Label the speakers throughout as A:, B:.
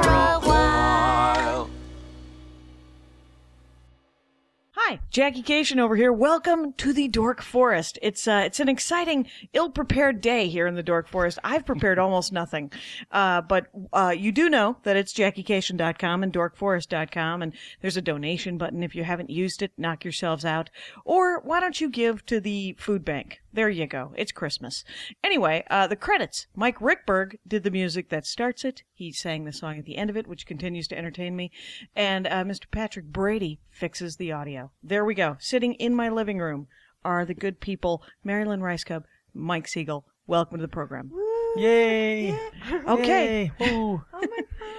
A: a while.
B: Hi, Jackie Cation over here. Welcome to the Dork Forest. It's uh, it's an exciting, ill-prepared day here in the Dork Forest. I've prepared almost nothing, uh, but uh, you do know that it's JackieCation.com and DorkForest.com, and there's a donation button if you haven't used it. Knock yourselves out, or why don't you give to the food bank? There you go. It's Christmas. Anyway, uh, the credits. Mike Rickberg did the music that starts it. He sang the song at the end of it, which continues to entertain me. And uh, Mr. Patrick Brady fixes the audio. There we go. Sitting in my living room are the good people, Marilyn Rice Cub, Mike Siegel. Welcome to the program.
C: Yay!
B: Okay.
C: Yay. Woo.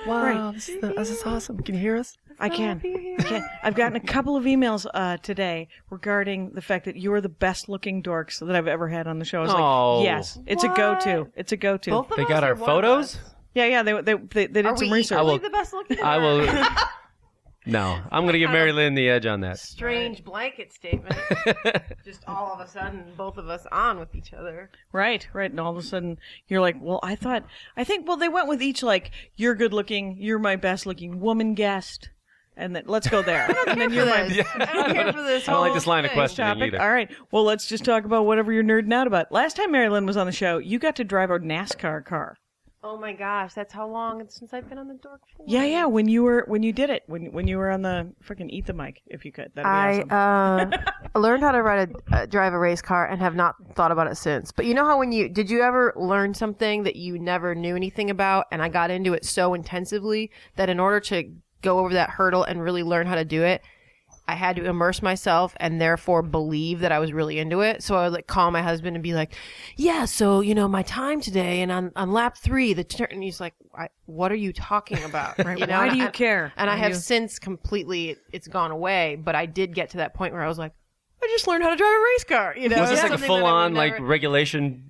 C: wow,
B: Right.
C: this, is the, this is awesome. Can you hear us?
B: I can. I can. I've gotten a couple of emails uh, today regarding the fact that you are the best looking dorks that I've ever had on the show. I was
C: Oh.
B: like, yes, it's a go to. It's a go to.
D: Both of
C: They
D: us
C: got
D: or
C: our
D: one of
C: photos?
D: us?
B: Yeah, yeah. They they they, they did
E: Are
B: some
E: we
B: research.
C: I
E: equally
C: will-
E: the best looking?
C: I will. no, I'm going to give Mary Lynn the edge on that.
D: Strange blanket statement. Just all of a sudden, both of us on with each other.
B: Right, right. And all of a sudden you're like, well, I thought, I think, well, they went with each like, you're good looking, you're my best looking woman guest. And then let's go there. and then you're my
D: This. I don't care for this.
C: I don't like
D: whole
C: this line of
D: thing.
C: questioning
B: topic.
C: either.
B: All right. Well, let's just talk about whatever you're nerding out about. Last time Mary Lynn was on the show, you got to drive a NASCAR car.
D: Oh my gosh, that's how long it's since I've been on the dork floor.
B: Yeah, yeah. When you were, when you did it, when when you were on the freaking eat the mic, if you could, that'd be
D: I
B: awesome.
D: uh, learned how to ride a uh, drive a race car and have not thought about it since. But you know how when you did you ever learn something that you never knew anything about, and I got into it so intensively that in order to go over that hurdle and really learn how to do it, I had to immerse myself and therefore believe that I was really into it. So I would like call my husband and be like, "Yeah, so you know my time today, and on, on lap three, the turn." And he's like, I, "What are you talking about?
B: Right,
D: You know,
B: Why
D: and
B: do you
D: I-
B: care?
D: and I
B: Why do
D: have
B: you-
D: since completely it's gone away, but I did get to that point where I was like, I just learned how to drive a race car. You know,
C: Was this
D: It's
C: like a
D: something that I would
C: full on like
D: never-
C: regulation,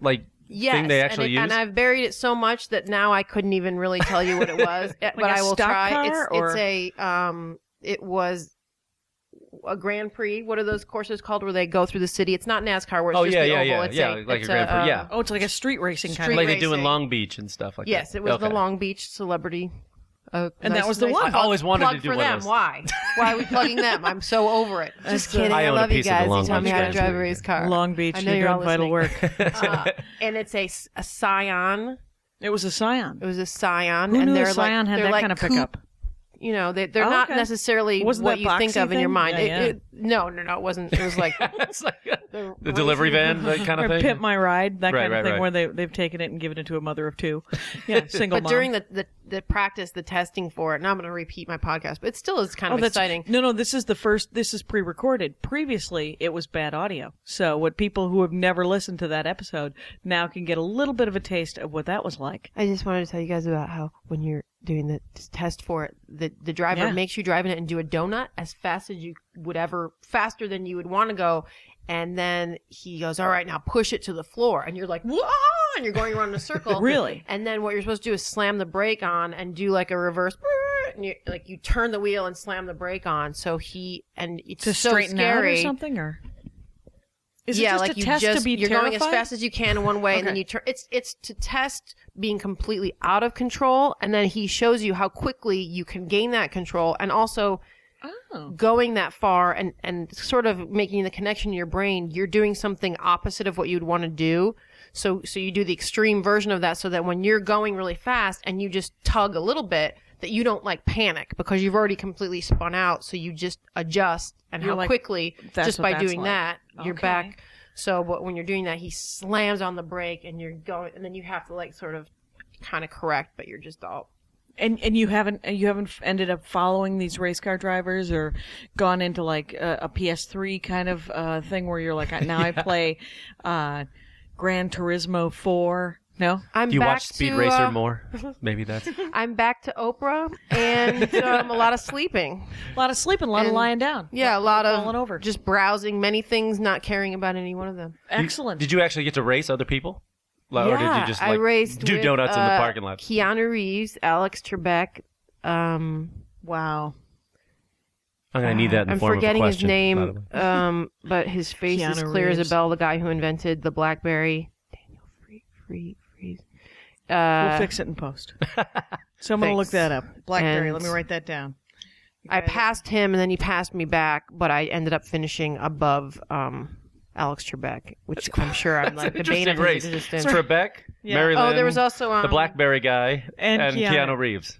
C: like
D: yes,
C: thing they actually
D: and
C: use?
D: And I've buried it so much that now I couldn't even really tell you what it was, but
B: a
D: I will
B: stock
D: try.
B: car,
D: it's,
B: or-
D: it's a um, it was a Grand Prix. What are those courses called where they go through the city? It's not NASCAR. Where it's
C: Oh,
D: just
C: yeah,
D: the
C: yeah,
D: oval.
C: yeah,
D: It's
C: yeah,
D: a,
C: like a
D: it's
C: Grand Prix,
D: uh,
C: yeah.
B: Oh, it's like a street racing kind
D: Street
B: of.
C: like they do in
D: racing.
C: Long Beach and stuff like
D: Yes,
C: that.
D: it was the
C: Okay.
D: Long Beach celebrity. Uh,
B: And that was the one.
C: I always wanted
D: plug
C: to do
D: for
C: one of
D: them.
C: those.
D: Why? Why are we plugging them? I'm so over it. Just
B: That's a-
D: kidding.
C: I
D: I,
C: own a
D: love you
C: piece of the
D: guys.
C: Long
D: You tell me
C: Beach
D: how to
C: Grand
D: drive a
C: Prix.
D: race car.
B: Long Beach.
D: I know
B: you're
D: you're all
B: doing vital
D: listening.
B: work.
D: Uh, and it's a, s- a Scion.
B: It was a Scion.
D: It was a Scion,
B: Who
D: and
B: knew
D: they're
B: a Scion
D: like
B: had
D: they're
B: that
D: like
B: kind of
D: coupe-
B: pickup?
D: You know, they, they're
B: Oh,
D: not
B: okay.
D: necessarily
B: Wasn't
D: what
B: that
D: you think
B: boxy
D: of in your
B: thing?
D: mind.
B: Yeah,
D: It- it- no, no, no, it wasn't. It was like
C: it's like a-
D: the,
C: the delivery van, that kind of
B: Or
C: thing.
B: pimp my ride, that
C: Right,
B: kind of
C: right,
B: thing,
C: right.
B: where they they've taken it and given it to a mother of two, yeah, single
D: But
B: mom.
D: during the, the the practice, the testing for it, and I'm going to repeat my podcast, but it still is kind
B: oh,
D: of
B: that's
D: exciting.
B: No, no, this is the first. This is pre-recorded. Previously, it was bad audio. So, what people who have never listened to that episode now can get a little bit of a taste of what that was like.
D: I just wanted to tell you guys about how when you're doing the t- test for it, the, the driver
B: Yeah.
D: makes you drive in it and do a donut as fast as you would ever, faster than you would want to go. And then he goes, all right, now push it to the floor. And you're like, whoa, and you're going around in a circle.
B: Really?
D: And then what you're supposed to do is slam the brake on and do like a reverse, and you, like you turn the wheel and slam the brake on. So he, and it's
B: To
D: so
B: straighten
D: scary
B: out or something, or is
D: yeah,
B: it just
D: like
B: a
D: you
B: test
D: just
B: to be
D: you're
B: terrified?
D: going as fast as you can in one way, and then
B: Okay.
D: you turn. It's it's to test being completely out of control, and then he shows you how quickly you can gain that control, and also
B: oh.
D: going that far and and sort of making the connection in your brain. You're doing something opposite of what you'd want to do. So so you do the extreme version of that, so that when you're going really fast and you just tug a little bit. That you don't like panic because you've already completely spun out, so you just adjust and
B: You're
D: how
B: like,
D: quickly
B: "That's
D: just
B: what
D: by
B: that's
D: doing
B: like."
D: that you're
B: Okay.
D: back so, but when you're doing that, he slams on the brake and you're going, and then you have to like sort of kind of correct, but you're just all.
B: And and you haven't and you haven't ended up following these race car drivers or gone into like a, a PS3 kind of uh, thing where you're like now I play uh, Gran Turismo 4. No,
D: I'm
C: Do you
D: back
C: watch Speed
D: to,
C: Racer
D: uh,
C: more? Maybe that's.
D: I'm back to Oprah and um, a lot of sleeping.
B: a lot of sleeping, a lot of
D: And-
B: lying down.
D: Yeah, a lot of
B: Falling over.
D: just browsing many things, not caring about any one of them.
B: Excellent.
C: Did you actually get to race other people? Like, or did you just
D: I
C: like,
D: raced
C: do
D: with,
C: donuts in the
D: uh,
C: parking lot?
D: Keanu Reeves, Alex Trebek. Um,
B: Wow.
C: I'm gonna need that in the
D: I'm
C: form
D: forgetting
C: of a question.
D: his
C: by the way.
D: name, um, but his face is
B: Keanu
D: clear as
B: Reeves.
D: a bell. The guy who invented the BlackBerry. Daniel Free, Free, Freeze. Uh,
B: We'll fix it in post. So I'm going to look
D: Thanks.
B: that up. Blackberry.
D: And-
B: let me write that down.
D: I
B: Okay.
D: passed him, and then he passed me back, but I ended up finishing above um, Alex Trebek, which I'm sure I'm like the bane
C: Interesting
D: of
C: race.
D: his
C: It's
D: existence.
C: Trebek,
B: Yeah.
C: Mary
D: Oh,
C: Lynn,
D: there was also um,
C: the BlackBerry guy,
B: And Keanu.
C: Keanu. Reeves.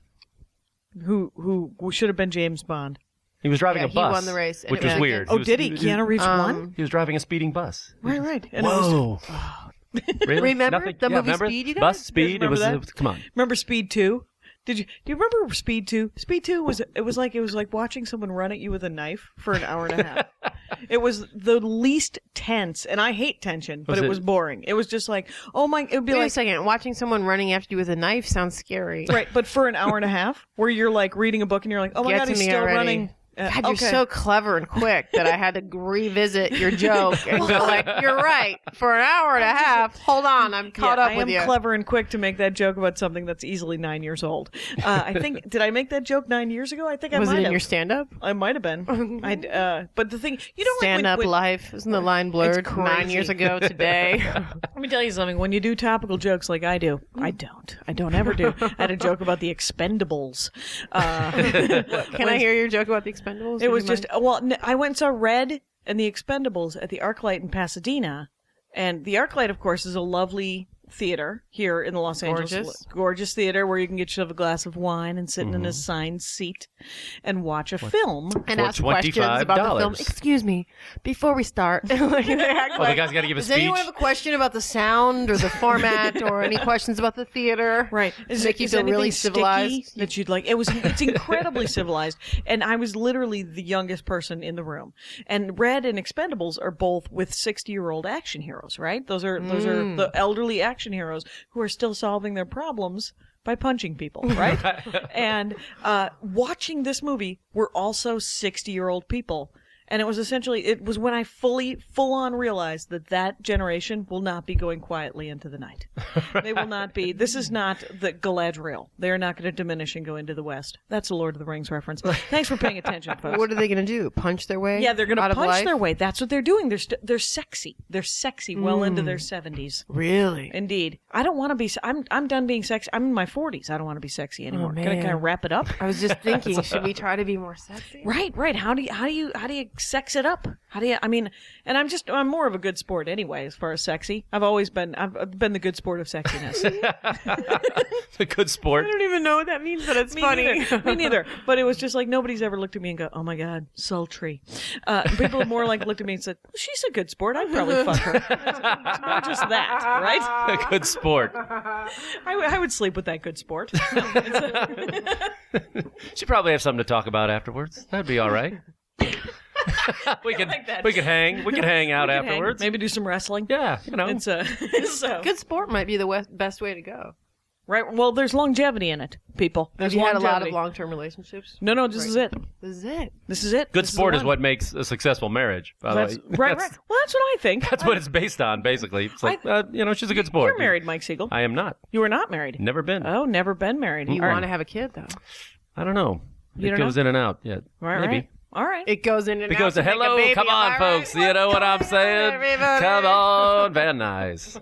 B: Who who who should have been James Bond?
C: He was driving
D: Yeah,
C: a
D: he
C: bus,
D: won the race, and
C: which
D: it
C: was
D: was
C: weird.
D: against-
B: Oh,
C: was-
B: did he? Keanu Reeves won.
D: Um,
C: He was driving a speeding bus.
B: Right, right. And it was-
C: Whoa! Really?
D: Remember
C: Nothing?
D: the
C: yeah,
D: movie
C: remember?
D: Speed, you guys?
C: Bus
D: You guys
C: speed. It was,
B: remember
C: it was. Come on.
B: remember Speed Two? Did you do you remember Speed Two? Speed Two was it was like it was like watching someone run at you with a knife for an hour and a half. it was the least tense, and I hate tension, but
C: Was
B: it,
C: it-
B: was boring. It was just like, oh my, it would be
D: Wait a
B: like
D: second. Watching someone running after you with a knife sounds scary.
B: right, but for an hour and a half, where you're like reading a book and you're like, oh my
D: Get
B: god,
D: to
B: he's
D: me
B: still
D: already.
B: running. Uh,
D: God, you're
B: okay.
D: so clever and quick that I had to revisit your joke and go like, "You're right." For an hour and a half, hold on, I'm caught
B: Yeah,
D: up
B: I am
D: with you.
B: clever and quick to make that joke about something that's easily nine years old. Uh, I think did I make that joke nine years ago? I think I
D: Was
B: might
D: it in
B: have.
D: your stand-up?
B: I might have been. I uh, but the thing you don't like, when-
D: Stand up
B: when-
D: life isn't the line blurred nine
B: crazy.
D: years ago today.
B: Let me tell you something. When you do topical jokes like I do, I
D: Mm.
B: don't. I don't ever do. I had a joke about the Expendables. Uh,
D: Can I hear your joke about the Expendables? Would
B: it
D: you
B: was just
D: mind?
B: well. n- I went and saw Red and the Expendables at the ArcLight in Pasadena, and the ArcLight, of course, is a lovely theater here in the Los Angeles
D: Gorgeous. Mm-hmm.
B: gorgeous theater where you can get yourself a glass of wine and sit in an assigned seat and watch a film.
D: and
C: for
D: ask questions about the film.
C: $25.
D: Excuse me, before we start, Like, they act
C: Oh, the
D: like,
C: guy's got to give a
D: Does
C: speech.
D: anyone have a question about the sound or the format or any questions about the theater?
B: Right.
D: Does it make you feel
B: anything
D: really
B: sticky
D: civilized?
B: That you'd like. It was. It's incredibly civilized, and I was literally the youngest person in the room. And Red and Expendables are both with sixty-year-old action heroes, right? Those are those are
D: Mm.
B: the elderly action heroes who are still solving their problems by punching people, right? and uh, watching this movie were also sixty-year-old people. And it was essentially, it was when I fully, full on realized that that generation will not be going quietly into the night. They will not be. This is not the Galadriel. They are not going to diminish and go into the West. That's a Lord of the Rings reference. Thanks for paying attention, folks.
D: What are they going to do? Punch their way?
B: yeah, they're going
D: out
B: to
D: of
B: punch
D: life?
B: their way. That's what they're doing. They're st- they're sexy. They're sexy well
D: Hmm.
B: into their 70s.
D: Really?
B: Indeed. I don't want to be se- I'm I'm done being sexy. I'm in my 40s. I don't want to be sexy anymore. Can I
D: Oh, man.
B: kind of wrap it up?
D: I was just thinking, should we try to be more sexy?
B: Right, right. How do you how do you how do you sex it up? How do you? I mean, and I'm just I'm more of a good sport anyway as far as sexy. I've always been I've I've been the good sport of sexiness.
C: a good sport.
D: I don't even know what that means, but it's
B: Me Neither. Me neither. But it was just like nobody's ever looked at me and go, "Oh my god, sultry." Uh, people have more like looked at me and said, well, "She's a good sport. I'd probably fuck her." It's more just that, right?
C: A good sport.
B: I, w- I would sleep with that good sport.
C: Should probably have something to talk about afterwards. That'd be all right. we could
B: that.
C: we could hang we could hang out
B: Could hang,
C: afterwards.
B: maybe do some wrestling.
C: Yeah, you know.
B: It's uh, so
D: Good sport might be the west, best way to go.
B: right. Well, there's longevity in it, people. There's
D: you had a
B: longevity.
D: lot of long-term relationships.
B: No, no, this is it.
D: This is it.
B: This is it.
C: good
B: This the
C: sport is,
B: one.
C: what makes a successful marriage. By
B: That's,
C: the way,
B: right,
C: That's,
B: right. Well, that's what I think.
C: that's what it's based on, basically. It's like uh, you know, she's a good sport.
B: You're married, Mike Siegel.
C: I Mm. am not.
B: You were not married.
C: Never been.
B: Oh, never been married.
D: You
B: All right.
D: want to have a kid, though.
C: I don't know.
B: You
C: it
B: don't
C: goes in and out. Yeah,
B: Right,
C: maybe.
B: right. All right.
D: It goes in and
C: It goes,
D: out. to make a
C: hello,
D: baby,
C: come
D: am
C: on,
D: I right?
C: folks. You know what I'm saying?
D: everybody."
C: Come on, Van
B: Uh,
C: Nuys.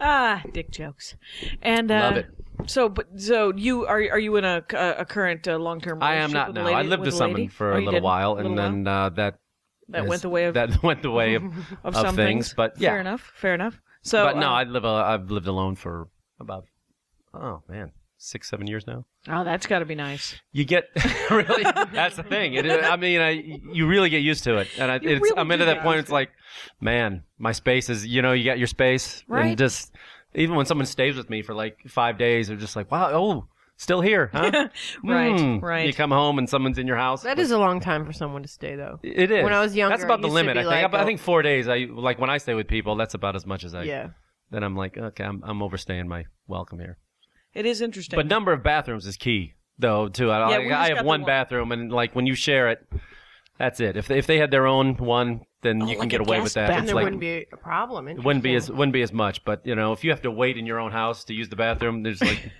B: Ah, dick jokes, and uh,
C: Love it.
B: So, but so you are are you in a a, a current uh, long term?
C: I am not now. I lived with someone for
B: Oh,
C: a little while, and then uh, that
B: That
C: has-
B: went the way of-
C: that went the way of, of,
B: some
C: things. But yeah,
B: fair enough, fair enough. So,
C: but no,
B: uh,
C: I live. A, I've lived alone for about oh man, six seven years now.
B: oh, that's got to be nice.
C: You get really that's the thing. It, is- I mean, I you really get used to it, and I, it's,
B: really
C: I'm
B: do
C: into
B: get
C: that point. It's like, man, my space is. You know, you got your space,
B: Right.
C: and just even when someone stays with me for like five days, they're just like, wow, oh, still here, huh?
B: Right,
C: Hmm.
B: right.
C: You come home and someone's in your house.
D: That is a long time for someone to stay, though.
C: It is.
D: When I was younger,
C: that's about
D: it
C: the
D: used to
C: limit.
D: be
C: I think.
B: oh.
D: like,
C: I, I think four days. I like when I stay with people. That's about as much as I.
D: Yeah.
C: Then I'm like, okay, I'm, I'm overstaying my welcome here.
B: It is interesting.
C: But number of bathrooms is key, though. Too. I,
B: Yeah,
C: I-
B: we just
C: I
B: got
C: have
B: the
C: one
B: one.
C: bathroom, and like when you share it, That's it. If they, if they had their own one, then
D: Oh,
C: you can
B: like
C: get
B: a
C: away
B: gas
C: with that.
B: bath.
D: And
C: It's
D: there
C: like-
D: wouldn't be a problem.
C: it wouldn't be as
D: Interesting.
C: wouldn't be as much, but you know, if you have to wait in your own house to use the bathroom, there's like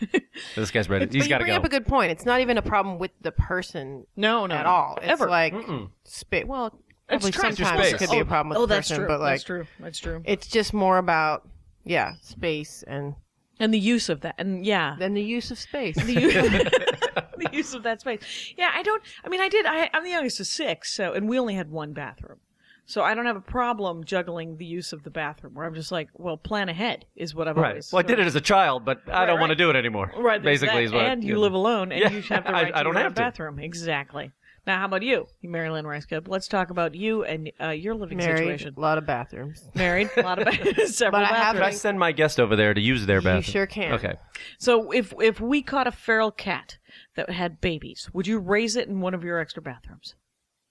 C: this guy's ready.
D: But
C: He's
D: you
C: got to
D: bring
C: go.
D: up a good point. It's not even a problem with the person
B: No, no,
D: at
B: no.
D: all. It's
B: Ever.
D: like
C: Mm-mm.
D: spa- Well,
C: It's
D: probably
C: trust your
D: sometimes it
C: space.
D: could be a problem with
B: oh,
D: the
B: that's
D: person,
B: true.
D: but like
B: that's true. That's true.
D: it's just more about yeah, space and
B: And the use of that, and yeah,
D: then the use of space.
B: the use, the use of that space. Yeah, I don't. I mean, I did. I, I'm the youngest of six, so and we only had one bathroom, so I don't have a problem juggling the use of the bathroom. Where I'm just like, well, plan ahead is what I've
C: Right.
B: always.
C: Well, I did
B: sort
C: it as a child, but I don't
B: Right,
C: want to
B: right.
C: do it anymore.
B: of- Right. there's
C: Basically,
B: that,
C: is what.
B: and you
C: yeah.
B: live alone, and
C: Yeah,
B: you have the
C: I-
B: right to
C: I don't
B: your own
C: have to.
B: bathroom. Exactly. Now, how about you, Marilyn Rice Cup? Let's talk about you and uh, your living
D: Married,
B: situation.
D: a lot of bathrooms.
B: Married, a lot of several
D: But I have
C: Could I
B: bathrooms.
C: send my guest over there to use their bathroom?
D: sure can.
C: Okay.
B: So, if if we caught a feral cat that had babies, would you raise it in one of your extra bathrooms?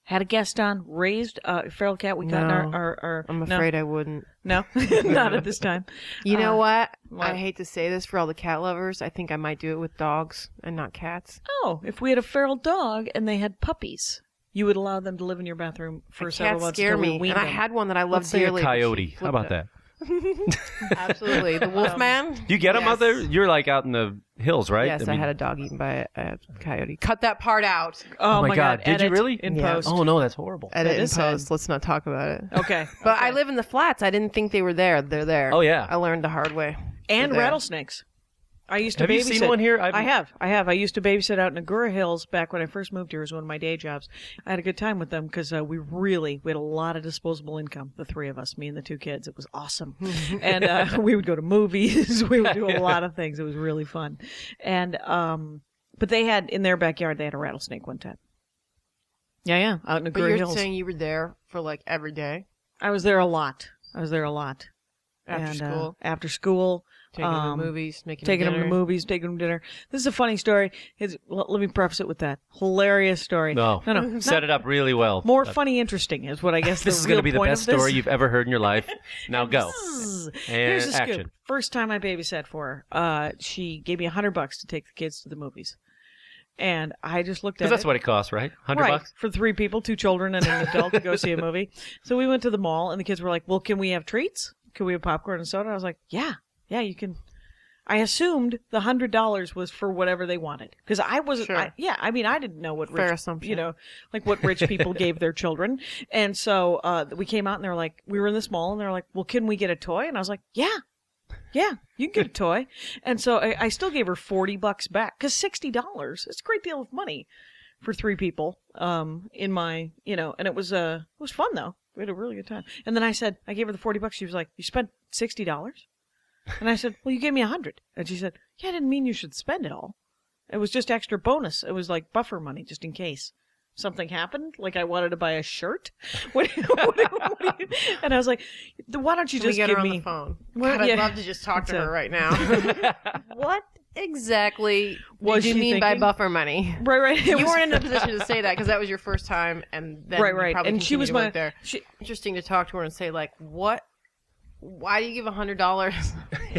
B: Had a guest on, raised a feral cat. We got in our,
D: No.
B: our, our
D: I'm
B: no,
D: afraid I wouldn't.
B: No, not at this time.
D: You know
B: Uh,
D: what?
B: what?
D: I hate to say this for all the cat lovers. I think I might do it with dogs and not cats.
B: Oh, if we had a feral dog and they had puppies, you would allow them to live in your bathroom for several
D: Cats
B: months
D: scare
B: till we
D: me,
B: weaned
D: and I
B: them.
D: had one that I loved
C: Let's say a
D: dearly.
C: coyote. How about
D: flipped
C: that?
D: Absolutely,
B: Um,
D: the wolf man.
C: You get him out
D: Yes.
C: there. You're like out in the hills, right?
D: Yes, I,
C: mean-
D: had a dog eaten by a, a coyote. Cut that part out.
B: Oh,
C: Oh my God! Did you
B: edit
C: really?
B: In
D: Yeah.
B: post.
C: Oh no, that's horrible.
D: Edit and
B: is sad.
D: post. Let's not talk about it.
B: Okay,
D: But
B: okay.
D: I live in the flats. I didn't think they were there. They're there.
C: Oh, yeah.
D: I learned the hard way.
B: and
D: there.
B: rattlesnakes. I used to
C: Have
B: babysit.
C: you seen one here? I've-
B: I have. I have. I used to babysit out in Agoura Hills back when I first moved here. It was one of my day jobs. I had a good time with them because uh, we really we had a lot of disposable income. The three of us, me and the two kids. It was awesome, and uh, we would go to movies. we would do a lot of things. It was really fun, and um, but they had in their backyard they had a rattlesnake one time. Yeah, yeah, out in
D: But
B: Agoura
D: you're
B: Hills.
D: saying you were there for like every day
B: I was there a lot. I was there a lot
D: after
B: And, uh,
D: school,
B: after school,
D: taking them
B: um,
D: to movies, making
B: taking them to
D: dinner.
B: movies, taking them to dinner. This is a funny story. It's, l- let me preface it with that hilarious story.
C: No,
B: no, no.
C: Set it up really well.
B: More funny, interesting is what I guess.
C: This
B: the
C: is going
B: real
C: to be the
B: point
C: best
B: of this.
C: story you've ever heard in your life. Now go.
B: Here's the
C: And
B: scoop.
C: action.
B: First time I babysat for her, uh, she gave me a hundred bucks to take the kids to the movies, and I just looked at
C: Because
B: it.
C: that's what it costs, right? Hundred
B: right,
C: bucks.
B: for three people, two children and an adult to go see a movie. So we went to the mall and the kids were like, "Well, can we have treats? Can we have popcorn and soda?" I was like, "Yeah. Yeah, you can." I assumed the $100 was for whatever they wanted cuz I wasn't
D: Sure.
B: I, yeah, I mean, I didn't know what
D: Fair
B: rich,
D: assumption.
B: you know, like what rich people gave their children. And so uh we came out and they're like, we were in this mall and they're like, "Well, can we get a toy?" And I was like, "Yeah." Yeah, you can get a toy. And so I, I still gave her 40 bucks back because $60 is a great deal of money for three people um, in my, you know, and it was, uh, it was fun though. We had a really good time. And then I said, I gave her the 40 bucks. She was like, You spent $60? And I said, Well, you gave me a 100 And she said, Yeah, I didn't mean you should spend it all. It was just extra bonus. It was like buffer money just in case something happened. Like I wanted to buy a shirt. What, what, what do you, and I was like, Why don't you
D: Can we
B: just
D: get
B: give
D: her on
B: me
D: the phone.
B: Well,
D: God, I'd
B: yeah.
D: love to just talk to
B: It's a-
D: her right now. what exactly
B: Was
D: did you
B: she
D: mean by
B: thinking?
D: buffer money?
B: Right, right. It
D: You
B: was-
D: weren't in a position to say that because that was your first time, and then
B: right,
D: you
B: right.
D: probably
B: And she
D: continued
B: was
D: to
B: my
D: work there.
B: She,
D: Interesting to talk to her and say like, what? Why do you give a hundred dollars?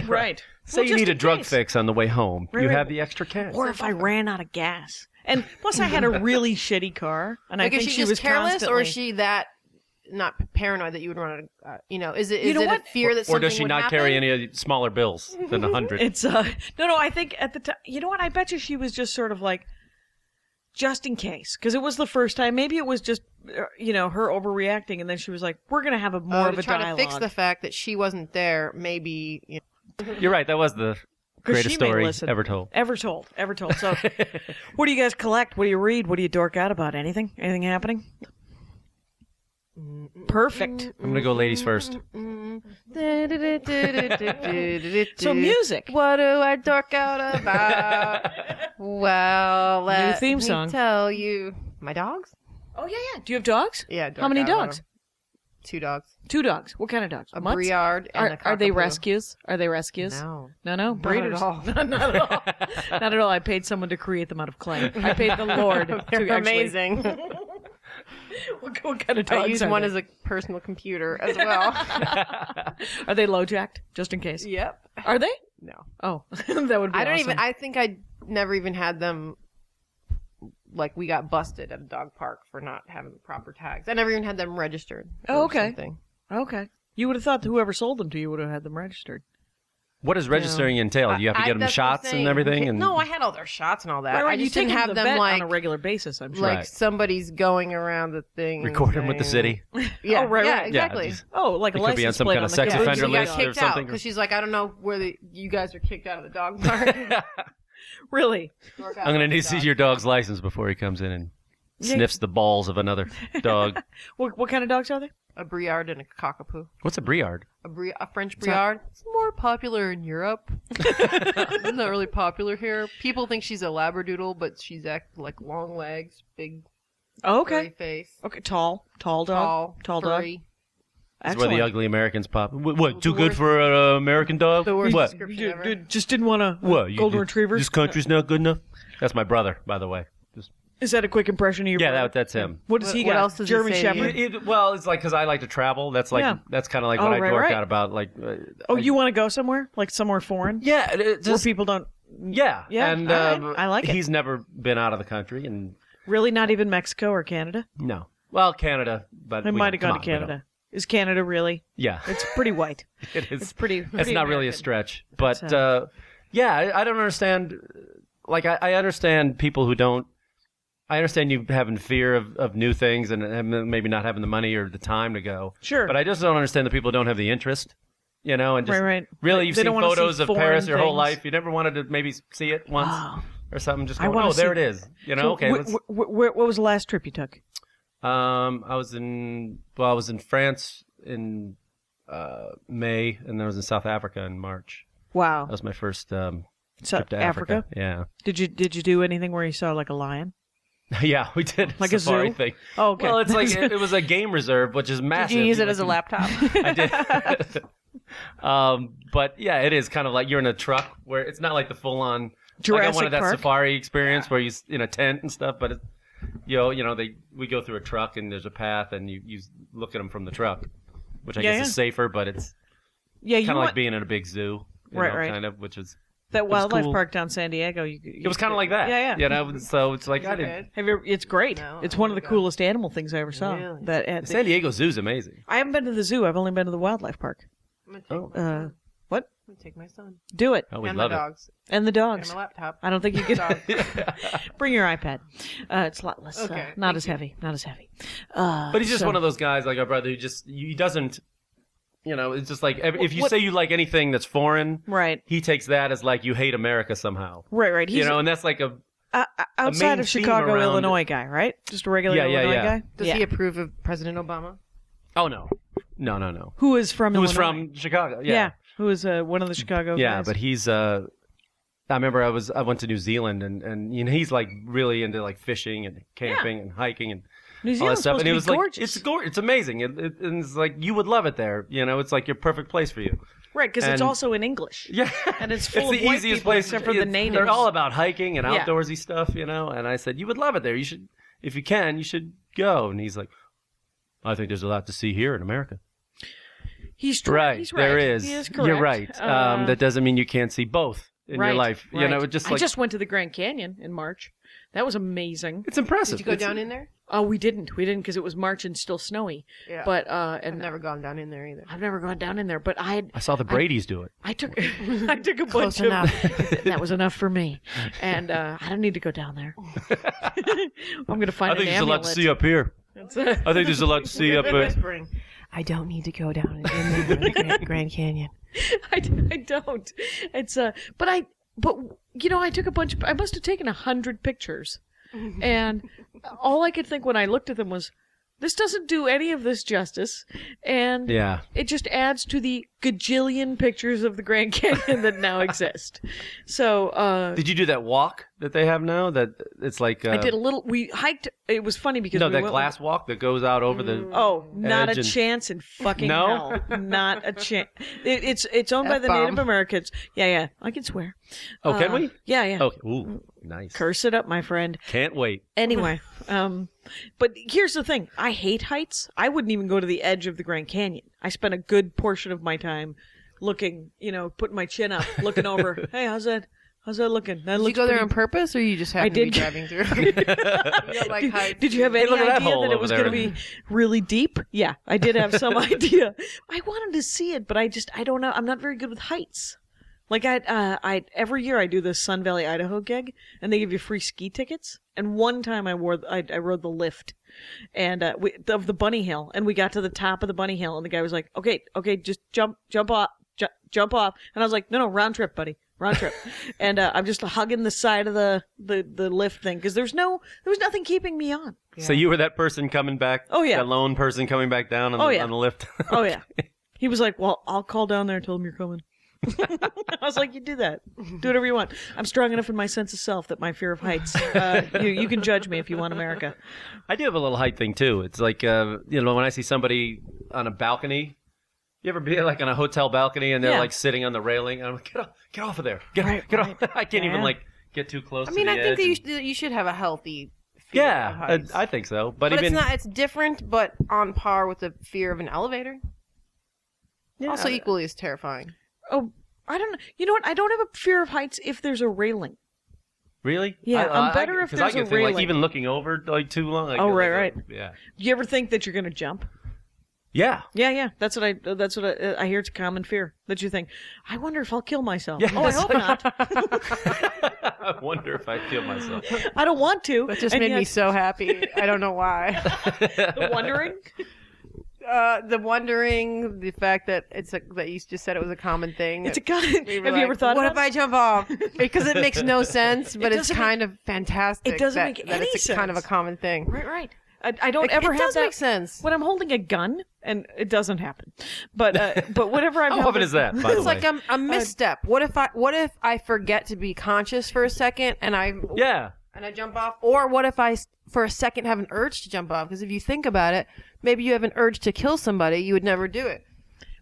B: right.
C: Say
B: Well,
C: you
B: just
C: need a
B: in
C: drug
B: case.
C: fix on the way home.
B: Right,
C: you
B: right.
C: have the extra cash.
B: or if I ran out of gas. And plus, I had a really shitty car, and I
D: Like, is
B: think
D: she,
B: she,
D: just
B: was
D: careless, or
B: constantly-
D: is she that not paranoid that you would run out? Of, uh, you know, is it is
B: You know
D: it a
B: what?
D: fear that
C: or
D: something
C: does she
D: would
C: not
D: happen?
C: carry any smaller bills than a hundred?
B: It's uh, no, no. I think at the time, you know what? I bet you she was just sort of like, just in case, because it was the first time. Maybe it was just, uh, you know, her overreacting, and then she was like, "We're gonna have a
D: Oh,
B: more of
D: to
B: a
D: try
B: dialogue."
D: to fix the fact that she wasn't there? Maybe you know,
C: You're right. That was the
B: 'Cause
C: greatest
B: she may
C: story
B: listen.
C: ever told.
B: Ever told, ever told. So, what do you guys collect? What do you read? What do you dork out about? Anything? Anything happening? Perfect.
D: Mm-hmm.
C: I'm gonna go ladies first.
D: so
B: So music.
D: What do I dork out about? well, let
B: theme
D: me
B: song.
D: tell you. My dogs?
B: Oh yeah, yeah. Do you have dogs?
D: Yeah.
B: How
D: dork
B: many
D: out about
B: dogs?
D: them. Two dogs.
B: Two dogs. What kind of dogs?
D: A
B: Mutts?
D: Briard and
B: Are,
D: a
B: are they
D: cockapoo.
B: rescues? Are they rescues?
D: No.
B: No, no, breeders.
D: at all.
B: not at all. Not at all. I paid someone to create them out of clay. I paid the Lord to
D: They're
B: actually.
D: amazing.
B: What, what kind of dogs
D: I use
B: are
D: one
B: they?
D: as a personal computer as well.
B: Are they low jacked? Just in case.
D: yep.
B: Are they?
D: No.
B: Oh, that would be.
D: I don't
B: awesome.
D: even. I think I never even had them like we got busted at a dog park for not having the proper tags. I never even had them registered.
B: Oh,
D: or
B: okay.
D: something.
B: Okay. You would have thought that whoever sold them to you would have had them registered.
C: What does registering entail? Oh, Do you have to
D: I-
C: get them
D: that's what I'm
C: shots
D: saying.
C: and everything? And
D: no, I had all their shots and all that.
B: Right,
D: I
B: you
D: just
B: take
D: didn't have
B: to the
D: them
B: vet
D: like
B: on a regular basis. I'm sure.
D: like
C: Right.
D: somebody's going around the thing, and
C: record them with the
D: saying-
C: city.
D: Yeah,
B: Oh, right,
D: yeah,
B: right.
D: exactly.
C: Yeah,
B: Oh, like a
C: It could be on
B: license
C: some
B: plate
C: kind
B: on
C: of
B: the
C: sex
B: car.
D: But
C: offender
D: she got
C: list or
D: kicked out
C: something.
D: 'cause she's like, I don't know where the, you guys are kicked out of the dog park.
B: Really?
C: I'm gonna need to see your dog's license before he comes in and
B: Yeah.
C: sniffs the balls of another dog.
B: What, what kind of dogs are they?
D: a Briard and a cockapoo.
C: What's a Briard?
D: A, Bri- a French Briard. It's more popular in Europe. it's not really popular here. People think she's a Labradoodle, but she's act like long legs, big
B: Oh,
D: furry
B: okay.
D: face,
B: Okay. Tall. Tall dog.
D: tall,
B: Tall dog.
D: furry.
C: That's where the
B: Excellent.
C: ugly Americans pop. What? what
D: The
C: too good
D: worst-
C: for an uh, American dog?
D: the worst
C: what?
D: description
B: You
D: ever.
B: d- just didn't want to.
C: What? you-
B: Golden
C: you-
B: retrievers?
C: This country's not good enough. That's my brother, by the way. Just,
B: Is that a quick impression of your?
C: yeah,
B: brother?
C: that, that's him.
B: What does he
D: What- what
B: got?
D: else does he
B: German
D: say to you?
B: Shepherd.
C: It- well, it's like because I like to travel. That's like
B: Yeah.
C: that's kind of like
B: Oh,
C: what I
B: right,
C: dork
B: right.
C: out about. Like, uh,
B: Oh, you want to go somewhere like somewhere foreign
C: yeah, it- it
B: where
C: just-
B: people don't
C: yeah,
B: Yeah,
C: And
B: all right.
C: um,
B: I like it.
C: He's never been out of the country, and
B: really not even Mexico or Canada.
C: no, well, Canada, but
B: I
C: we
B: might have
C: don't-
B: gone to
C: come on, we don't-
B: Canada. Is Canada really?
C: Yeah,
B: It's pretty white.
C: it is.
B: It's pretty.
C: That's
B: pretty
C: not really a
B: American.
C: stretch, but
B: So-
C: uh, yeah, I, I don't understand. Like, I, I understand people who don't. I understand you having fear of, of new things and, and maybe not having the money or the time to go.
B: Sure.
C: But I just don't understand that people don't have the interest, you know, and just
B: Right, right.
C: really you've
B: They
C: seen
B: don't wanna see
C: photos of
B: foreign
C: Paris your whole
B: things. Oh.
C: life. You never wanted to maybe see it once or something. Just
B: I
C: go,
B: wanna
C: oh, there it
B: see-
C: is. You know,
B: So
C: okay.
B: wh-
C: let's,
B: wh- wh- wh- what was the last trip you took?
C: um, I was in well, I was in France in uh, May, and then I was in South Africa in March.
B: Wow,
C: That was my first um,
B: South
C: trip to Africa. Yeah.
B: Did you did you do anything where you saw like a lion?
C: Yeah, we did
B: Like a
C: safari
B: zoo?
C: thing.
B: Oh, okay.
C: Well, it's like it, it was a game reserve, which is massive.
D: Did you use it as a laptop?
C: I did. um, but yeah, it is kind of like you're in a truck where it's not like the full on. like I
B: Jurassic
C: wanted that
B: Park?
C: safari experience where you s- in a tent and stuff, but it, you know, you know, they we go through a truck and there's a path and you you look at them from the truck, which I
B: Yeah,
C: guess
B: yeah.
C: is safer, but it's
B: yeah, you
C: kind of
B: want
C: like being in a big zoo, you
B: Right,
C: know,
B: right.
C: Kind of, which is
B: that wildlife
C: cool.
B: park down San Diego. You, you,
C: it was kind of like that.
B: Yeah, yeah.
C: You know, so it's like I didn't.
B: Have you ever, it's great.
D: No,
B: it's
D: I
B: one of the
D: wanna go.
B: coolest animal things I ever saw.
D: Really?
B: That at the,
C: San Diego Zoo's amazing.
B: I haven't been to the zoo. I've only been to the wildlife park.
D: I'm gonna take
C: Oh.
D: my son.
B: Uh, what?
D: I'm gonna take my son
B: Do it
C: Oh, we
D: and
C: love
D: my
C: it.
D: dogs
B: and the
D: and
B: dogs.
D: my laptop.
B: I don't think you could
D: Dogs.
B: bring your iPad. Uh, it's a lot less. uh,
D: Okay,
B: not
D: thank
B: as
D: you.
B: heavy. Not as heavy. Uh,
C: But he's just
B: so-
C: one of those guys like our brother who just he doesn't. You know, it's just like ev- if you
B: What-
C: say you like anything that's foreign,
B: Right.
C: he takes that as like you hate America somew.
B: Right. Right. He's
C: you know, and that's like a
B: uh, uh, outside
C: main
B: of
C: theme
B: Chicago,
C: around-
B: Illinois guy, right? Just a regular
C: Yeah, yeah,
B: Illinois
C: yeah.
B: guy.
D: Does
B: yeah.
D: he approve of President Obama?
C: oh no, no, no, no.
B: Who is from
C: Who was
B: Illinois?
C: from Chicago?
B: Yeah.
C: Yeah,
B: Who is uh, one of the Chicago
C: yeah.
B: guys.
C: But he's. uh I remember I was I went to New Zealand and and you know, he's like really into like fishing and camping and hiking and
B: New
C: all that
B: Zealand's
C: stuff.
B: supposed
C: And
B: to
C: it
B: be
C: was
B: gorgeous.
C: like it's gor- it's amazing. It, it, and it's like you would love it there. You know, it's like your perfect place for you.
B: right, because it's
C: and-
B: also in English.
C: Yeah,
B: And it's full of white people except for the
C: it's- They're
B: natives.
C: all about hiking and
B: Yeah.
C: outdoorsy stuff, you know. And I said, you would love it there. You should, if you can, you should go. And he's like, I think there's a lot to see here in America.
B: He's tr-
C: Right,
B: He's right.
C: there is.
B: He is correct.
C: You're right. um,
B: Uh,
C: that doesn't mean you can't see both in
B: right,
C: your life. You
B: right.
C: know, it just
B: I
C: like
B: just went to the Grand Canyon in March. That was amazing.
C: it's impressive.
D: Did you go
C: It's-
D: down in there?
B: Oh, we didn't. We didn't because it was March and still snowy.
D: Yeah.
B: But uh, and
D: I've never gone down in there either.
B: I've never gone down in there. But I had
C: I saw the Brady's do it.
B: I took I took a
D: Close
B: bunch of that was enough for me, and uh, I don't need to go down there. I'm gonna find
C: I think
B: an
C: there's a lot
B: amulet.
C: to see up here.
B: That's-
C: I think there's a lot to see up here.
D: Whispering. I don't need to go down in there in the Grand, Grand Canyon.
B: I, d- I don't. It's uh, but I but you know I took a bunch. Of, I must have taken a hundred pictures, and all I could think when I looked at them was, this doesn't do any of this justice, and
C: Yeah,
B: it just adds to the gajillion pictures of the Grand Canyon that now exist. So uh,
C: did you do that walk that they have now? That it's like uh,
B: I did a little. We hiked. It was funny because
C: no
B: we
C: that
B: went-
C: glass walk that goes out over the
B: Oh, not
C: edge
B: a
C: and-
B: chance in fucking
C: No?
B: hell. Not a chance. It, it's it's owned by the
D: F-bomb.
B: Native Americans. Yeah, yeah. I can swear.
C: Oh, can
B: Uh,
C: we?
B: Yeah, yeah.
C: Okay. Ooh, nice.
B: Curse it up, my friend.
C: Can't wait.
B: Anyway, um, but here's the thing: I hate heights. I wouldn't even go to the edge of the Grand Canyon. I spent a good portion of my time looking, you know, putting my chin up, looking over. Hey, how's that? How's that looking? That
D: Did you
B: looks
D: go there
B: pretty-
D: on purpose, or you just happened
B: did.
D: to be driving through? You don't like
B: Did,
D: heights.
B: did you have any
C: look at that
B: idea
C: hole
B: that it
C: over
B: was
C: there.
B: going to be really deep? Yeah, I did have some idea. I wanted to see it, but I just I don't know. I'm not very good with heights. Like I, uh, I every year I do this Sun Valley, Idaho gig, and they give you free ski tickets. And one time I wore, I, I rode the lift, and uh, we, of the bunny hill, and we got to the top of the bunny hill, and the guy was like, "Okay, okay, just jump, jump off, ju- jump off," and I was like, "No, no, round trip, buddy." Round trip, and uh, I'm just hugging the side of the the, the lift thing because there's no there was nothing keeping me on.
C: So you were that person coming back.
B: Oh, yeah.
C: that lone person coming back down on,
B: Oh,
C: the,
B: yeah.
C: on the lift.
B: Oh yeah. He was like, "Well, I'll call down there and tell them you're coming." I was like, "You do that. Do whatever you want. I'm strong enough in my sense of self that my fear of heights. Uh, you, you can judge me if you want, America."
C: I do have a little height thing too. It's like uh, you know when I see somebody on a balcony. You ever be like on a hotel balcony and they're
B: Yeah.
C: like sitting on the railing? And I'm like, get off, get off of there, get off, get off. I can't
B: Yeah.
C: even like get too close.
D: I mean,
C: to
D: I
C: the
D: think
C: edge
D: that you
C: and-
D: should, you should have a healthy. Fear of
C: Yeah, I,
D: heights.
C: I think so. But,
D: but
C: even
D: it's not. It's different, but on par with the fear of an elevator. also equally as terrifying.
B: Oh, I don't. know. You know what? I don't have a fear of heights if there's a railing.
C: really,
B: Yeah,
C: I,
B: I'm better if
C: 'cause I
B: there's a
C: get thing, like
B: railing.
C: even looking over like too long. I
B: Oh,
C: get,
B: right, right.
C: like, a- yeah,
B: You ever think that you're going to jump?
C: yeah.
B: Yeah, yeah. That's what I. That's what I, I hear. It's a common fear that you think. I wonder if I'll kill myself.
C: Yeah,
B: oh, I
C: it's
B: hope
C: like-
B: not.
C: I wonder if I kill myself.
B: I don't want to.
D: That just
B: And
D: made me
B: yet-
D: so happy. I don't know why.
B: the wondering.
D: Uh, the wondering, the fact that it's a, that you just said it was a common thing.
B: It's a
D: that
B: kind. Have
D: we
B: you
D: were like,
B: ever thought?
D: What
B: about
D: if I jump off? Because it makes no sense, but it's
B: doesn't make-
D: kind of fantastic.
B: it doesn't
D: that,
B: make
D: that
B: any
D: it's a kind of a
B: sense.
D: common thing.
B: Right, right. I, I don't
D: It-
B: ever
D: it
B: have
D: does
B: that
D: make sense.
B: when I'm holding a gun, and it doesn't happen. But uh, but whatever I'm
C: How often
B: holding-
C: is that? By the
D: It's
C: way?
D: like a, a misstep. What if I what if I forget to be conscious for a second and I
C: yeah.
D: and I jump off? Or what if I s- for a second have an urge to jump off? Because if you think about it, maybe you have an urge to kill somebody, you would never do it.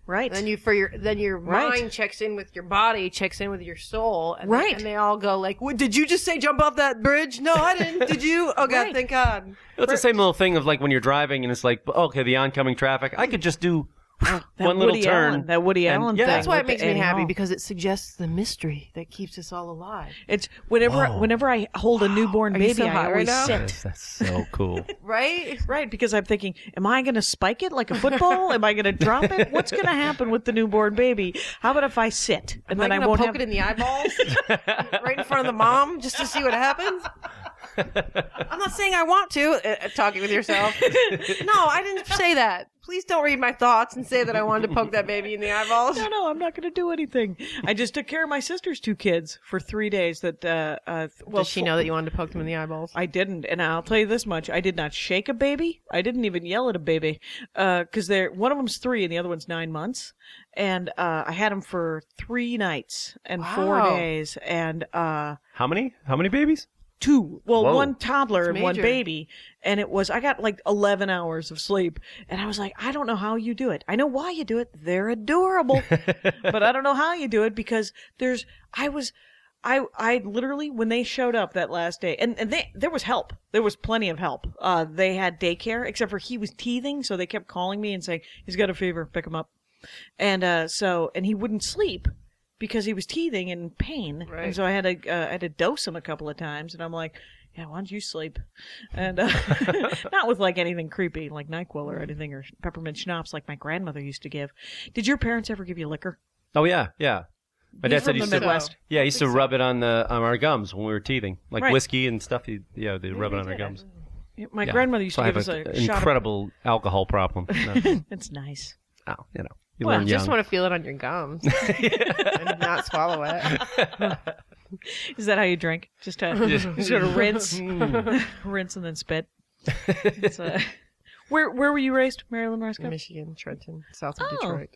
B: right?
D: then you for your then your
B: Right.
D: mind checks in with your body checks in with your soul and
B: Right.
D: they, and they all go like what, did you just say jump off that bridge no i didn't did you oh god
B: Right.
D: thank god
C: It's the same little thing of like when you're driving and it's like, okay, the oncoming traffic. I could just do
B: that
C: one little
B: Woody
C: turn.
B: Allen- that Woody
C: and-
B: Allen
C: Yeah.
B: thing.
D: that's why
B: with
D: it
B: the
D: makes me
B: Eddie
D: happy
B: Hall.
D: because it suggests the mystery that keeps us all alive
B: it's whenever
C: Whoa.
B: whenever I hold a newborn
D: Are you
B: baby,
D: so
B: I
D: hot
B: always
D: right now?
B: sit.
C: Yes, that's so cool.
D: right
B: Right, because I'm thinking, am I going to spike it like a football? am I going to drop it? What's going to happen with the newborn baby? How about if I sit and
D: Am
B: then
D: I
B: I
D: gonna
B: won't
D: poke
B: have
D: it in the eyeballs, right in front of the mom, just to see what happens. I'm not saying I want to. Uh, uh, talking with yourself. no, I didn't say that. Please don't read my thoughts and say that I wanted to poke that baby in the eyeballs.
B: no, no, I'm not going to do anything. I just took care of my sister's two kids for three days. That uh, uh, well,
D: Does she know that you wanted to poke them in the eyeballs?
B: I didn't, and I'll tell you this much: I did not shake a baby. I didn't even yell at a baby, because they're one of them's three and the other one's nine months, and uh, I had them for three nights and four
D: Wow.
B: days, and uh,
C: How many? How many babies?
B: two, well,
C: Whoa.
B: one toddler and one
D: major.
B: baby, and it was I got like eleven hours of sleep, and I was like, I don't know how you do it. I know why you do it; they're adorable, but I don't know how you do it because there's I was. I I literally when they showed up that last day, and, and they there was help. There was plenty of help. Uh, they had daycare, except for he was teething, so they kept calling me and saying he's got a fever, pick him up. And uh, so and he wouldn't sleep because he was teething and in pain, and
D: Right.
B: so I had to uh, I had to dose him a couple of times, and I'm like. Yeah, why don't you sleep? And uh, not with like anything creepy, like Nyquil or anything, or peppermint schnapps, like my grandmother used to give. Did your parents ever give you liquor?
C: Oh yeah, yeah. My
B: He's
C: dad said
B: from
C: he
B: the
C: used to.
B: Midwest.
C: Yeah, he used to rub it on the on our gums when we were teething, like
B: Right.
C: whiskey and stuff. He, yeah, they rub it on our gums.
B: My
C: Yeah.
B: grandmother used
C: So
B: to
C: I
B: give us
C: have
B: a
C: an
B: shot.
C: incredible alcohol problem. No.
B: Of, that's nice.
C: oh, you know, you
B: Well,
C: learn
D: You just
C: young.
D: want to feel it on your gums and not swallow it.
B: Is that how you drink? Just to just sort of rinse,
C: Mm.
B: rinse, and then spit. It's, uh, where where were you raised, Marilyn Roscoe?
D: Michigan, Trenton, south of
B: Oh.
D: Detroit.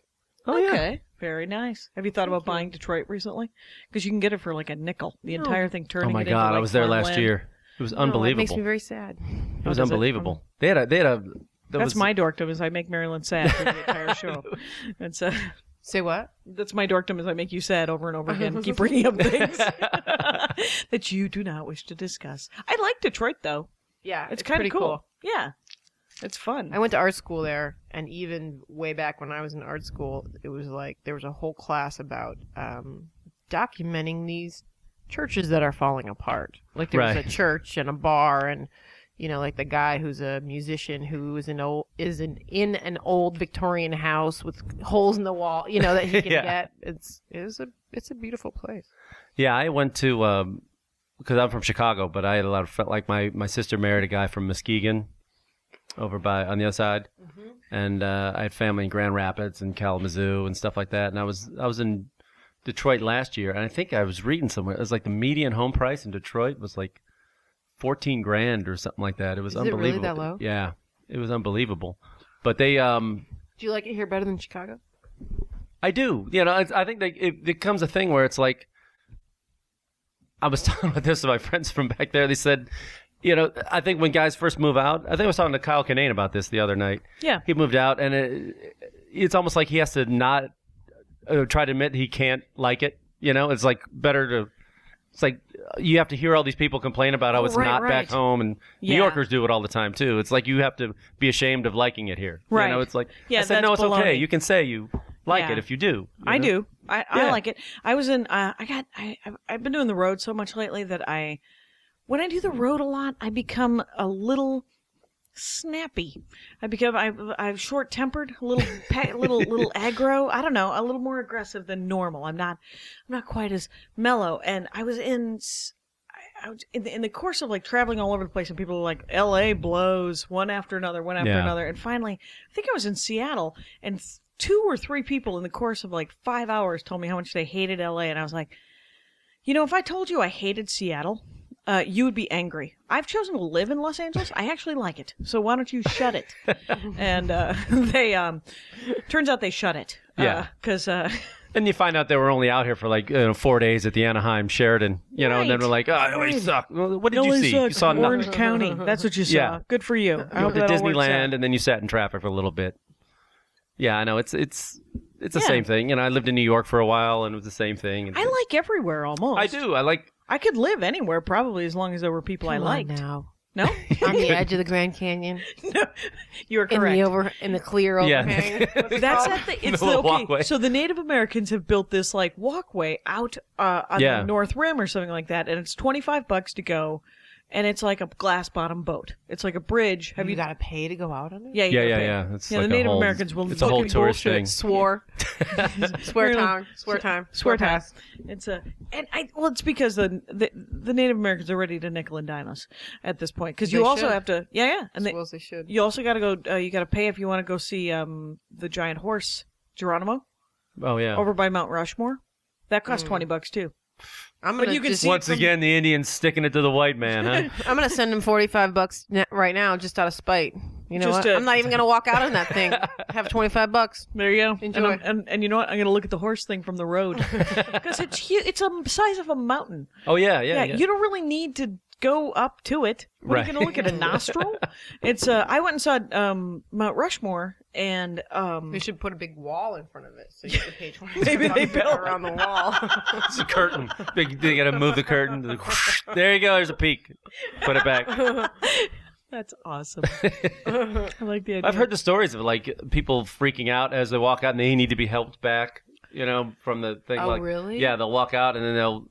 B: okay, very nice. Have you thought about buying Detroit recently? Because you can get it for like a nickel. The entire thing
C: oh
B: turning.
C: my
B: it into,
C: god, I
B: like,
C: was there last
B: farmland.
C: year. It was
D: It makes
C: unbelievable.
D: me very sad.
C: it was
B: Oh, does it?
C: unbelievable. They had a they had a. that
B: That's
C: was,
B: my dorkdom is I make Marilyn sad for the entire show. And so
D: Say what?
B: that's my dorkdom is I make you sad over and over again. Keep bringing up things that you do not wish to discuss. I like Detroit though.
D: Yeah,
B: It's, kind of cool. Yeah. It's fun.
D: I went to art school there, and even way back when I was in art school, it was like there was a whole class about um, documenting these churches that are falling apart. Like there was
C: Right.
D: a church and a bar and you know like the guy who's a musician who is an old is in, in an old Victorian house with holes in the wall, you know that he can
C: Yeah.
D: get. It's it's a it's a beautiful place.
C: Yeah, I went to because I'm from Chicago, but I had a lot of fr- like my my sister married a guy from Muskegon, over by on the other side,
D: Mm-hmm.
C: and uh, I had family in Grand Rapids and Kalamazoo and stuff like that. And I was I was in Detroit last year, and I think I was reading somewhere it was like the median home price in Detroit was like fourteen grand or something like that. It was
D: Is it really
C: unbelievable.
D: that low?
C: Yeah, it was unbelievable. But they um
D: Do you like it here better than Chicago?
C: I do. You know, I, I think that it becomes a thing where it's like, I was talking about this to my friends from back there. They said, you know, I think when guys first move out, I think I was talking to Kyle Kinane about this the other night.
B: Yeah.
C: He moved out, and it, it's almost like he has to not uh, try to admit he can't like it. You know, it's like better to. It's like uh, you have to hear all these people complain about how it's
D: Right,
C: not
D: right.
C: back home, and New
B: Yeah.
C: Yorkers do it all the time too. It's like you have to be ashamed of liking it here.
B: Right.
C: You know, it's like
B: Yeah,
C: I said,
B: that's
C: no, it's okay.
B: baloney.
C: You can say you like
B: Yeah.
C: it if you do. you
B: I
C: know?
B: do. I, I
C: Yeah.
B: like it. I was in. Uh, I got. I I've, I've been doing the road so much lately that I, when I do the road a lot, I become a little snappy. I become. I I'm short tempered, a little pe- little little aggro. I don't know. A little more aggressive than normal. I'm not. I'm not quite as mellow. And I was in. s- I- I was- In the, in the course of like traveling all over the place, and people are like, "L.A. blows one after another, one after
C: Yeah.
B: another," and finally, I think I was in Seattle, and th- two or three people in the course of like five hours told me how much they hated LA, and I was like, you know, if I told you I hated Seattle, uh, you would be angry. I've chosen to live in Los Angeles. I actually like it, so why don't you shut it? and uh, they, um, turns out they shut it.
C: Yeah.
B: because uh,
C: And you find out they were only out here for like you know, four days at the Anaheim Sheraton, you know, and then
B: Right.
C: they're like, oh, it always sucked. Well, what did
B: LA
C: you see? You
B: sucks.
C: saw
B: Orange
C: nothing.
B: County. That's what you saw.
C: Yeah.
B: Good for you. I
C: You
B: hope
C: went to
B: that all works out.
C: Disneyland, and then you sat in traffic for a little bit. Yeah, I know. It's it's it's the
B: Yeah.
C: same thing. You know, I lived in New York for a while, and it was the same thing. And
B: I like everywhere almost.
C: I do. I like.
B: I could live anywhere probably as long as there were people I
D: Come on
B: liked.
D: now
B: No,
D: on the edge of the Grand Canyon
B: you are
D: in
B: correct.
D: the over in the clear
C: Yeah.
D: overhang.
B: That's at the it's the,
C: Middle of
B: okay.
C: walkway.
B: So the Native Americans have built this like walkway out uh, on
C: Yeah.
B: the North Rim or something like that, and it's twenty five bucks to go, and it's like a glass bottom boat. It's like a bridge. Have
D: Have
B: you?
D: you got to pay to go out on it?
B: yeah, you
C: Mm. Yeah,
B: gotta
C: yeah,
B: pay.
C: yeah. It's
B: yeah,
C: like
B: the
C: a
B: Native
C: whole-
B: Americans will
C: It's a whole
B: fucking
C: tourist
B: bullshit.
C: thing.
D: Swore. swear
B: Really?
D: time. Swear time.
B: Swear time.
D: pass.
B: It's a and I well, it's because the the, the Native Americans are ready to nickel and dime us at this point because you
D: They
B: also
D: should.
B: have to yeah yeah and they,
D: Well, as they should.
B: you also got to go uh, you got to pay if you want to go see um the giant horse Geronimo
C: Oh yeah.
B: over by Mount Rushmore. That costs twenty bucks too.
D: I'm gonna
B: you can
D: just-
B: see
C: Once again, the Indians sticking it to the white man, huh?
D: I'm gonna send him 45 bucks ne- right now, just out of spite. You know,
B: Just
D: what?
B: to-
D: I'm not even gonna walk out on that thing. Have 25 bucks.
B: There you go.
D: Enjoy.
B: And, I'm- and, and you know what? I'm going to look at the horse thing from the road because it's huge. It's a size of a mountain.
C: oh yeah,
B: Yeah,
C: yeah, yeah.
B: you don't really need to go up to it. What Are you
C: Right.
B: going to look at a nostril? it's. Uh, I went and saw um, Mount Rushmore, and um,
D: We should put a big wall in front of it, so you have to pay 25
B: Maybe they
D: bucks
B: built-
D: around the wall.
C: It's a curtain. They, they gotta move the curtain. There you go. There's a peak. Put it back.
B: that's awesome. I like the idea.
C: I've heard the stories of like people freaking out as they walk out and they need to be helped back. You know, from the thing.
D: Oh,
C: like,
D: really?
C: Yeah, they'll walk out and then they'll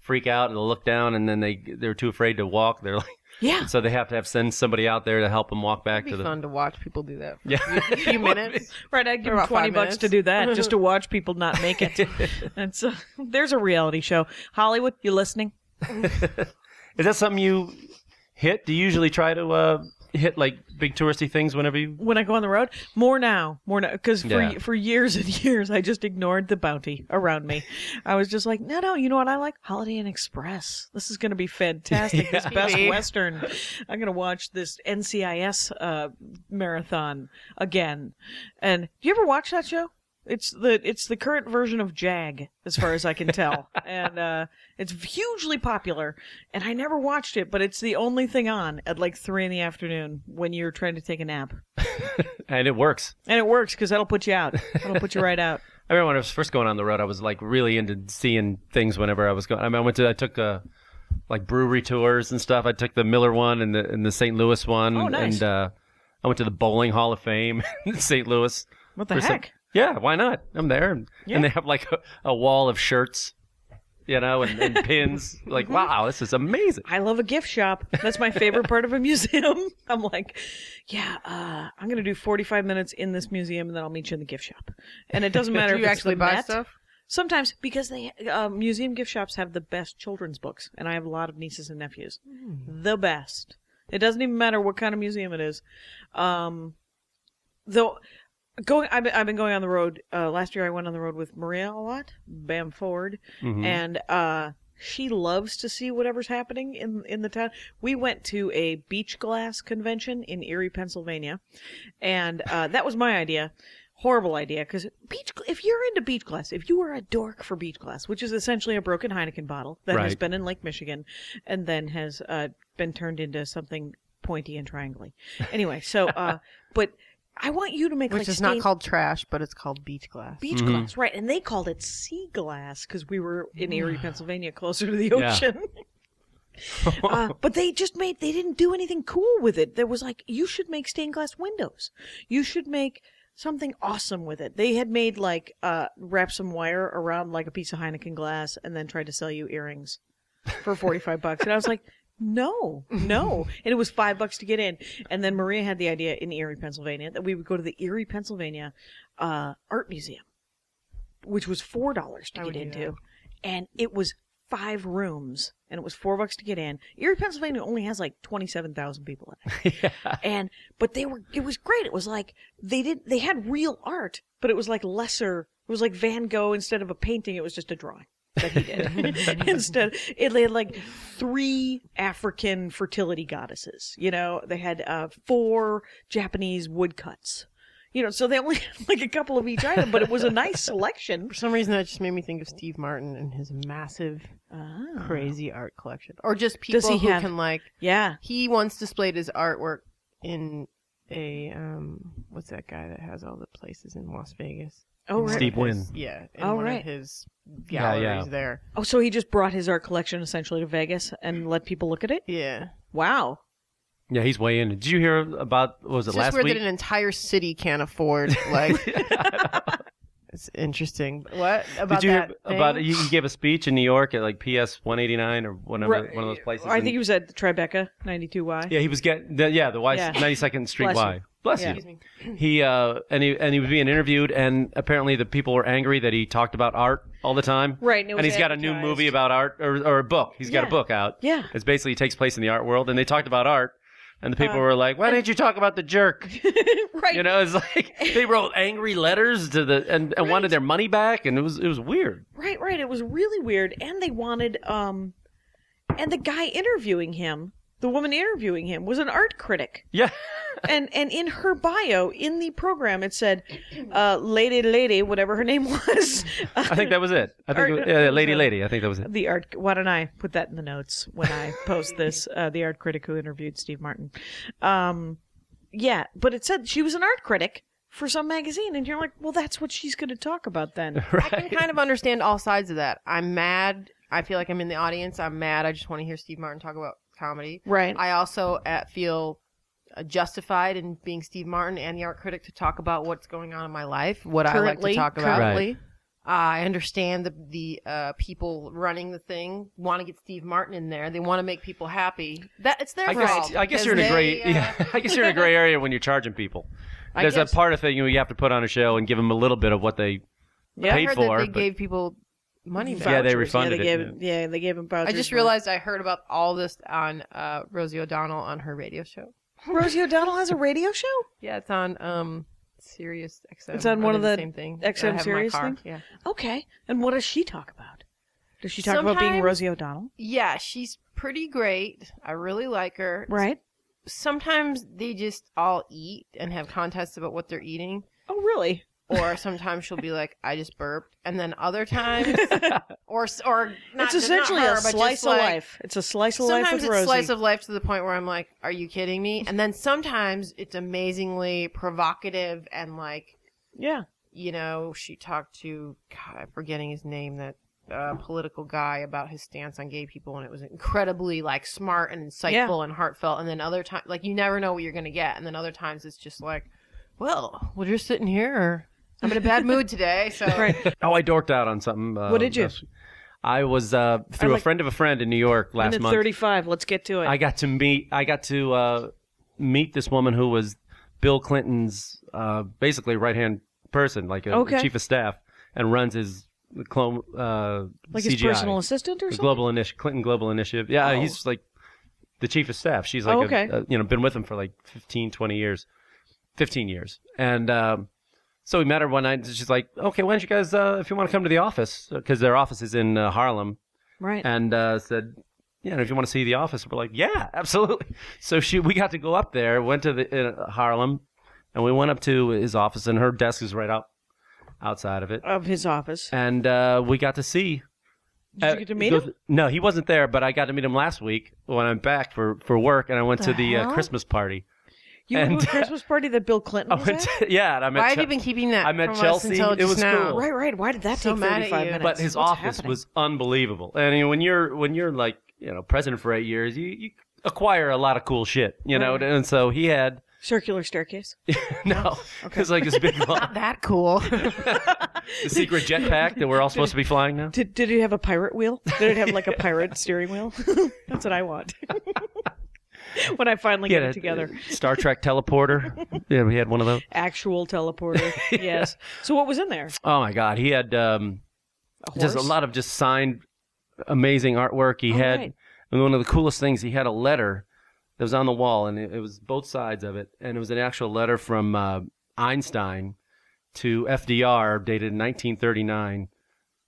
C: freak out and they'll look down and then they they're too afraid to walk. They're like,
B: Yeah.
C: so they have to have send somebody out there to help them walk back
D: It'd
C: to
D: be
C: the.
D: fun to watch people do that. For
C: Yeah.
D: a few minutes.
B: Right, I'd give
D: about
B: him
D: five
B: twenty bucks
D: minutes.
B: to do that just to watch people not make it. and so there's a reality show. Hollywood, you listening?
C: Is that something you hit? Do you usually try to uh, hit like big touristy things whenever you?
B: when I go on the road, more now, more now, because for
C: Yeah.
B: for years and years I just ignored the bounty around me. I was just like, no, no, you know what I like? Holiday Inn Express. This is going to be fantastic. This Best
D: Maybe.
B: Western. I'm going to watch this NCIS uh, marathon again. And you ever watch that show? It's the it's the current version of Jag, as far as I can tell, and uh, it's hugely popular. And I never watched it, but it's the only thing on at like three in the afternoon when you're trying to take a nap.
C: And it works.
B: And it works because that'll put you out. That'll put you right out.
C: I remember when I was first going on the road, I was like really into seeing things whenever I was going. I mean, I went to, I took uh, like brewery tours and stuff. I took the Miller one and the and the St. Louis one.
B: Oh, nice.
C: And uh, I went to the Bowling Hall of Fame in St. Louis.
B: What the
C: For some-
B: heck?
C: Yeah, why not? I'm there. And,
B: Yeah.
C: and they have like a, a wall of shirts you know, and, and pins. Like,
B: Mm-hmm.
C: wow, this is amazing.
B: I love a gift shop. That's my favorite part of a museum. I'm like, yeah, uh, I'm gonna do 45 minutes in this museum, and then I'll meet you in the gift shop. And it doesn't matter
D: Do
B: if
D: you
B: it's
D: actually
B: the
D: buy
B: Met.
D: stuff?
B: Sometimes because they uh, museum gift shops have the best children's books, and I have a lot of nieces and nephews.
D: Hmm.
B: The best. It doesn't even matter what kind of museum it is. Um, though, going I've been, I've been going on the road. Uh, last year I went on the road with Maria a lot, Bamford, and uh, she loves to see whatever's happening in in the town. We went to a beach glass convention in Erie, Pennsylvania, and uh, that was my idea. Horrible idea because beach. gl- If you're into beach glass, if you are a dork for beach glass, which is essentially a broken Heineken bottle that has
C: Right.
B: been in Lake Michigan, and then has uh, been turned into something pointy and triangly. Anyway, so uh, but I want you to make
D: Which
B: like
D: is not
B: stained-
D: called trash, but it's called beach glass.
B: beach glass, right? And they called it sea glass because we were in Erie, Pennsylvania, closer to the
C: Yeah.
B: ocean. uh, but they just made they didn't do anything cool with it. There was like you should make stained glass windows. You should make something awesome with it. They had made like uh, wrap some wire around like a piece of Heineken glass and then tried to sell you earrings for 45 bucks. And I was like, no, no. And it was five bucks to get in. And then Maria had the idea in Erie, Pennsylvania that we would go to the Erie, Pennsylvania uh, Art Museum, which was $4 to get into. And it was five rooms and it was four bucks to get in. Erie, Pennsylvania only has like 27,000 people in it. And, but they were, it was great. It was like, they did, they had real art, but it was like lesser, it was like Van Gogh instead of a painting, it was just a drawing that he did. Instead, it they had like three African fertility goddesses. You know, they had uh, four Japanese woodcuts. You know, so they only had like a couple of each item, but it was a nice selection.
D: For some reason, that just made me think of Steve Martin and his massive,
B: Ah.
D: crazy art collection, or just people
B: Uh-huh. Does he
D: who
B: have-
D: can like.
B: Yeah,
D: He once displayed his artwork in a um, what's that guy that has all the places in Las Vegas?
B: Oh,
D: In one
B: right.
D: of
C: Steve Wynn.
D: his- Yeah, in
B: Oh,
D: one
B: right.
D: of his
C: Yeah, yeah.
D: galleries there.
B: Oh, so he just brought his art collection essentially to Vegas and let people look at it?
D: Yeah,
B: Wow.
C: Yeah, he's way in. Did you hear about what was it
D: it's
C: last
D: just weird
C: week?
D: that an entire city can't afford like. it's interesting. What about
C: Did you hear
D: that?
C: about
D: thing?
C: he he gave a speech in New York at like PS 189 or whatever
B: Right.
C: one of those places?
B: I
C: and-
B: think he was at Tribeca, 92Y.
C: yeah, he was getting the, yeah the Y
B: Yeah.
C: 92nd Street
B: Bless you.
C: Y. Bless
B: Yeah.
C: you. He uh and he and he was being interviewed and apparently the people were angry that he talked about art all the time.
B: Right, and it was
C: he's got a new
B: advertised.
C: movie about art or or a book. He's got
B: Yeah.
C: a book out.
B: Yeah.
C: It's basically takes place in the art world and they talked about art and the people
B: Uh,
C: were like, "Why didn't you talk about the jerk?"
B: Right.
C: You know, it's like they wrote angry letters to the and, and wanted their money back, and it was it was weird.
B: Right, right. It was really weird, and they wanted um, and the guy interviewing him, the woman interviewing him, was an art critic,
C: Yeah,
B: and and in her bio in the program it said, uh, "Lady, lady, whatever her name was." Uh,
C: I think that was it. I think it was, yeah, lady, lady. I think that was it.
B: the art why don't i put that in the notes when i post this uh, the art critic who interviewed steve martin um, yeah but it said she was an art critic for some magazine and you're like well that's what she's going to talk about then
D: I can kind of understand all sides of that. I'm mad. I feel like I'm in the audience. I'm mad. I just want to hear Steve Martin talk about comedy.
B: Right.
D: I also uh, feel uh, justified in being Steve Martin and the art critic to talk about what's going on in my life, what I like to
B: Currently-
D: talk about.
C: currently. Right.
D: I understand the the uh, people running the thing want to get Steve Martin in there. They want to make people happy. That it's their
C: I
D: fault.
C: guess, I guess
D: because
C: you're in a
D: they,
C: gray.
D: uh,
C: yeah, I guess you're in a gray area when you're charging people.
D: I
C: There's
D: guess-
C: that part of thing where you have to put on a show and give them a little bit of what they
B: Yeah, I
D: I
C: paid
D: heard
C: for.
D: that they
C: but-
D: gave people money back.
C: yeah, they
B: Vouchers.
C: refunded
B: yeah, they
C: it.
B: gave, yeah they gave him vouchers
D: I just realized I heard about all this on uh, Rosie O'Donnell on her radio show.
B: rosie o'donnell has a radio show
D: Yeah, it's on um Sirius XM.
B: It's on
D: I
B: one
D: do
B: of
D: the
B: the
D: same thing. that I
B: XM
D: have in my
B: Sirius
D: car.
B: thing?
D: Yeah.
B: okay and what does she talk about does she talk about being
D: Sometimes-
B: rosie o'donnell
D: Yeah, she's pretty great. I really like her.
B: right
D: Sometimes they just all eat and have contests about what they're eating.
B: oh really
D: Or sometimes she'll be like, "I just burped," and then other times, or s- or not,
B: it's essentially
D: not her,
B: a
D: but just
B: slice of
D: like-
B: life it's a slice of life
D: Sometimes
B: with
D: it's
B: rosie
D: slice of life to the point where I'm like, "Are you kidding me?" And then sometimes it's amazingly provocative and like
B: yeah
D: you know, she talked to God, I'm forgetting his name, that uh, political guy about his stance on gay people, and it was incredibly like smart and insightful
B: Yeah.
D: and heartfelt. And then other times, like you never know what you're gonna get, and then other times it's just like, well, we're just sitting here. I'm in a bad mood today, so
B: right
C: Oh, I dorked out on something. Uh,
B: What did you?
C: last- I was uh, through
B: like-
C: a friend of a friend in New York last
B: Minute
C: month.
B: 35. Let's get to it.
C: I got to meet. I got to uh, meet this woman who was Bill Clinton's uh, basically right hand person, like a
B: Okay.
C: chief of staff, and runs his clone uh,
B: like
C: CGI,
B: his personal assistant or
C: the
B: something?
C: global initiative, Clinton Global Initiative. Yeah,
B: Oh.
C: he's like the chief of staff. She's like,
B: Oh,
C: a-
B: okay.
C: a- you know, been with him for like 15, 20 years, fifteen years, and. Um, so we met her one night, and she's like, "Okay, why don't you guys, uh, if you want to come to the office, because their office is in uh, Harlem,
B: Right.
C: and uh, said, "Yeah, and if you want to see the office," we're like, "Yeah, absolutely." So she, we got to go up there, went to the uh, Harlem, and we went up to his office, and her desk is right out outside of it,
B: of his office.
C: and uh, we got to see.
B: Did you get
D: uh,
B: to meet
C: go-
B: him?
C: Uh, No, he wasn't there, but I got to meet him last week when I'm back for, for work, and I went
B: The
C: to the
B: hell?
C: uh, Christmas party.
B: You went to
C: and-
B: a Christmas party that Bill
C: I
D: Oh,
B: Clinton was
C: went
B: at?
C: to- yeah, and I met.
D: Why
C: Ch-
D: have you been keeping that?
C: I met
D: from
C: Chelsea.
D: Us until
C: It
D: just
C: was
D: now?
C: cool.
B: Right, right. Why did that
D: So
B: take
D: mad at
B: 35
D: you.
B: minutes?
C: but his
B: What's
C: office
B: happening?
C: was unbelievable. And I mean, when you're when you're like you know president for eight years, you, you acquire a lot of cool shit, you know.
B: Right.
C: And so he had
B: circular staircase.
C: no, it's like this big long,
D: Not that cool.
C: the secret jetpack that we're all supposed to be flying now.
B: Did, did it have a pirate wheel? Did it have like a pirate steering wheel? That's what I want. when I finally get
C: He had
B: it
C: a-
B: together.
C: Star Trek teleporter. yeah, we had one of those.
B: Actual teleporter. Yes. So what was in there?
C: Oh my god, he had um,
B: A
C: just a
B: horse?
C: lot of just signed amazing artwork he
B: Oh,
C: had
B: right.
C: and one of the coolest things he had a letter that was on the wall and it, it was both sides of it and it was an actual letter from uh, einstein to fdr dated 1939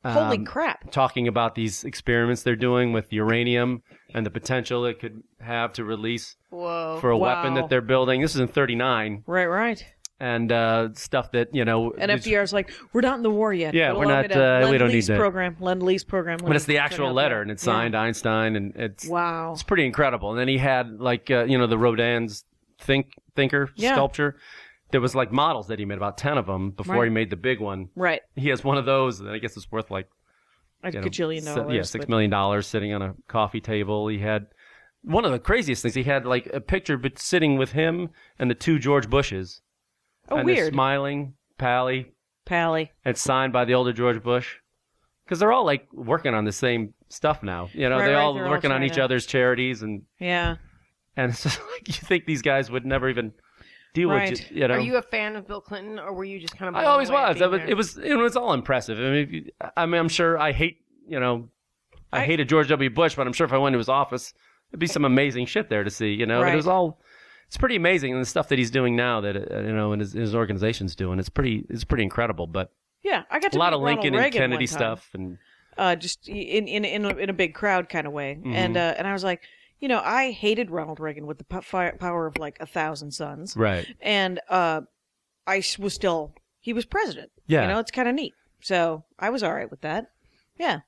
B: Holy
C: um,
B: crap.
C: talking about these experiments they're doing with uranium and the potential it could have to release
D: Whoa.
C: for a weapon
B: Oh, Wow.
C: that they're building this is in 39
B: Right, right.
C: and uh, stuff that you know
B: And
C: is-
B: FDR's like, we're not in the war yet.
C: Yeah,
B: but
C: we're
B: allow
C: not,
B: me to
C: uh, we
B: lend
C: don't need
B: lease
C: that."
B: program. Lend lease program.
C: but it's the actual letter and it's
B: Yeah.
C: signed einstein and it's
B: Wow.
C: It's pretty incredible. And then he had like uh, you know the Rodin's think thinker
B: Yeah.
C: sculpture. There was like models that he made, about ten of them, before
B: Right.
C: he made the big one.
B: Right.
C: He has one of those, and I guess it's worth like
B: A
C: you know,
B: gajillion
C: se-
B: dollars.
C: yeah, six
B: but-
C: million dollars, sitting on a coffee table. He had one of the craziest things. He had like a picture, but sitting with him and the two George Bushes.
B: Oh,
C: and they're
B: weird.
C: smiling, pally,
B: Pally.
C: and signed by the older George Bush. Because they're all like working on the same stuff now. You know,
B: Right,
C: they're
B: right,
C: all
B: they're all
C: working on
B: trying
C: each
B: to-
C: other's charities and
B: Yeah.
C: and it's just like you think these guys would never even deal
B: Right.
C: with ju- you know.
D: Are you a fan of Bill Clinton, or were you just kind of?
C: I
D: blown
C: always
D: away at
C: was. I
D: being
C: was
D: there?
C: it was it was all impressive. I mean, if you, I mean, I'm sure I hate you know, I,
B: I-
C: hated George W. Bush, but I'm sure if I went to his office, there'd be some amazing shit there to see. You know,
B: Right.
C: it was all. It's pretty amazing, and the stuff that he's doing now, that uh, you know, and his, his organization's doing, it's pretty, it's pretty incredible. But
B: Yeah. I got
C: a
B: to
C: lot
B: meet
C: of Lincoln
B: Ronald
C: and
B: Reagan
C: Kennedy
B: one time.
C: stuff, and
B: uh, just in in in a, in a big crowd kind of way,
C: Mm-hmm.
B: and uh, and I was like, you know, I hated Ronald Reagan with the po- fi- power of like a thousand suns,
C: right,
B: and uh, I s- was still he was president. you
C: Yeah.
B: know, it's kind of neat. So I was all right with that. Yeah,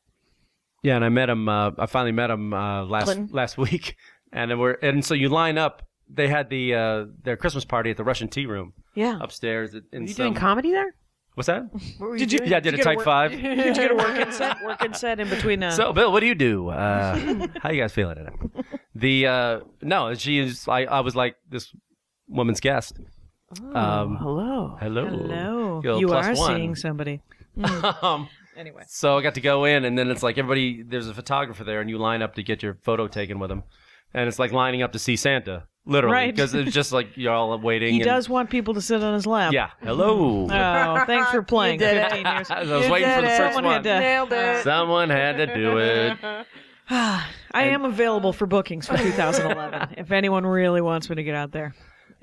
C: Yeah, and I met him. Uh, I finally met him uh, last
B: Clinton?
C: last week, and then we're and so you line up. They had the uh, their Christmas party at the Russian Tea Room
B: yeah.
C: upstairs. In
D: Were you
C: some,
D: doing comedy there?
C: What's that?
D: What were
B: Did you-
D: doing?
C: Yeah, I did
B: you get
C: a
B: a
C: Type
B: work-
C: Five.
B: Did you get a work inset? Work inset in between. Uh,
C: So, Bill, what do you do? Uh, how you guys feeling today? The uh, no, she is. I I was like this woman's guest.
B: Oh.
C: Um,
D: Oh, Hello.
C: hello,
B: hello,
C: You're a
B: you
C: plus
B: are
C: one.
B: seeing somebody.
C: um,
B: Anyway,
C: So I got to go in, and then it's like everybody. There's a photographer there, and you line up to get your photo taken with him, and it's like lining up to see Santa, literally,
B: Right.
C: because it's just like you're all waiting.
B: he
C: and-
B: does want people to sit on his lap.
C: Yeah. Hello.
B: Oh, thanks for playing.
D: You did it.
B: 15 years.
C: I was
D: You
C: waiting for
D: did
C: the
D: it.
C: first
B: Someone
C: one.
B: had to-
D: Nailed it.
C: Someone had to do it.
B: I am available for bookings for 2011 if anyone really wants me to get out there.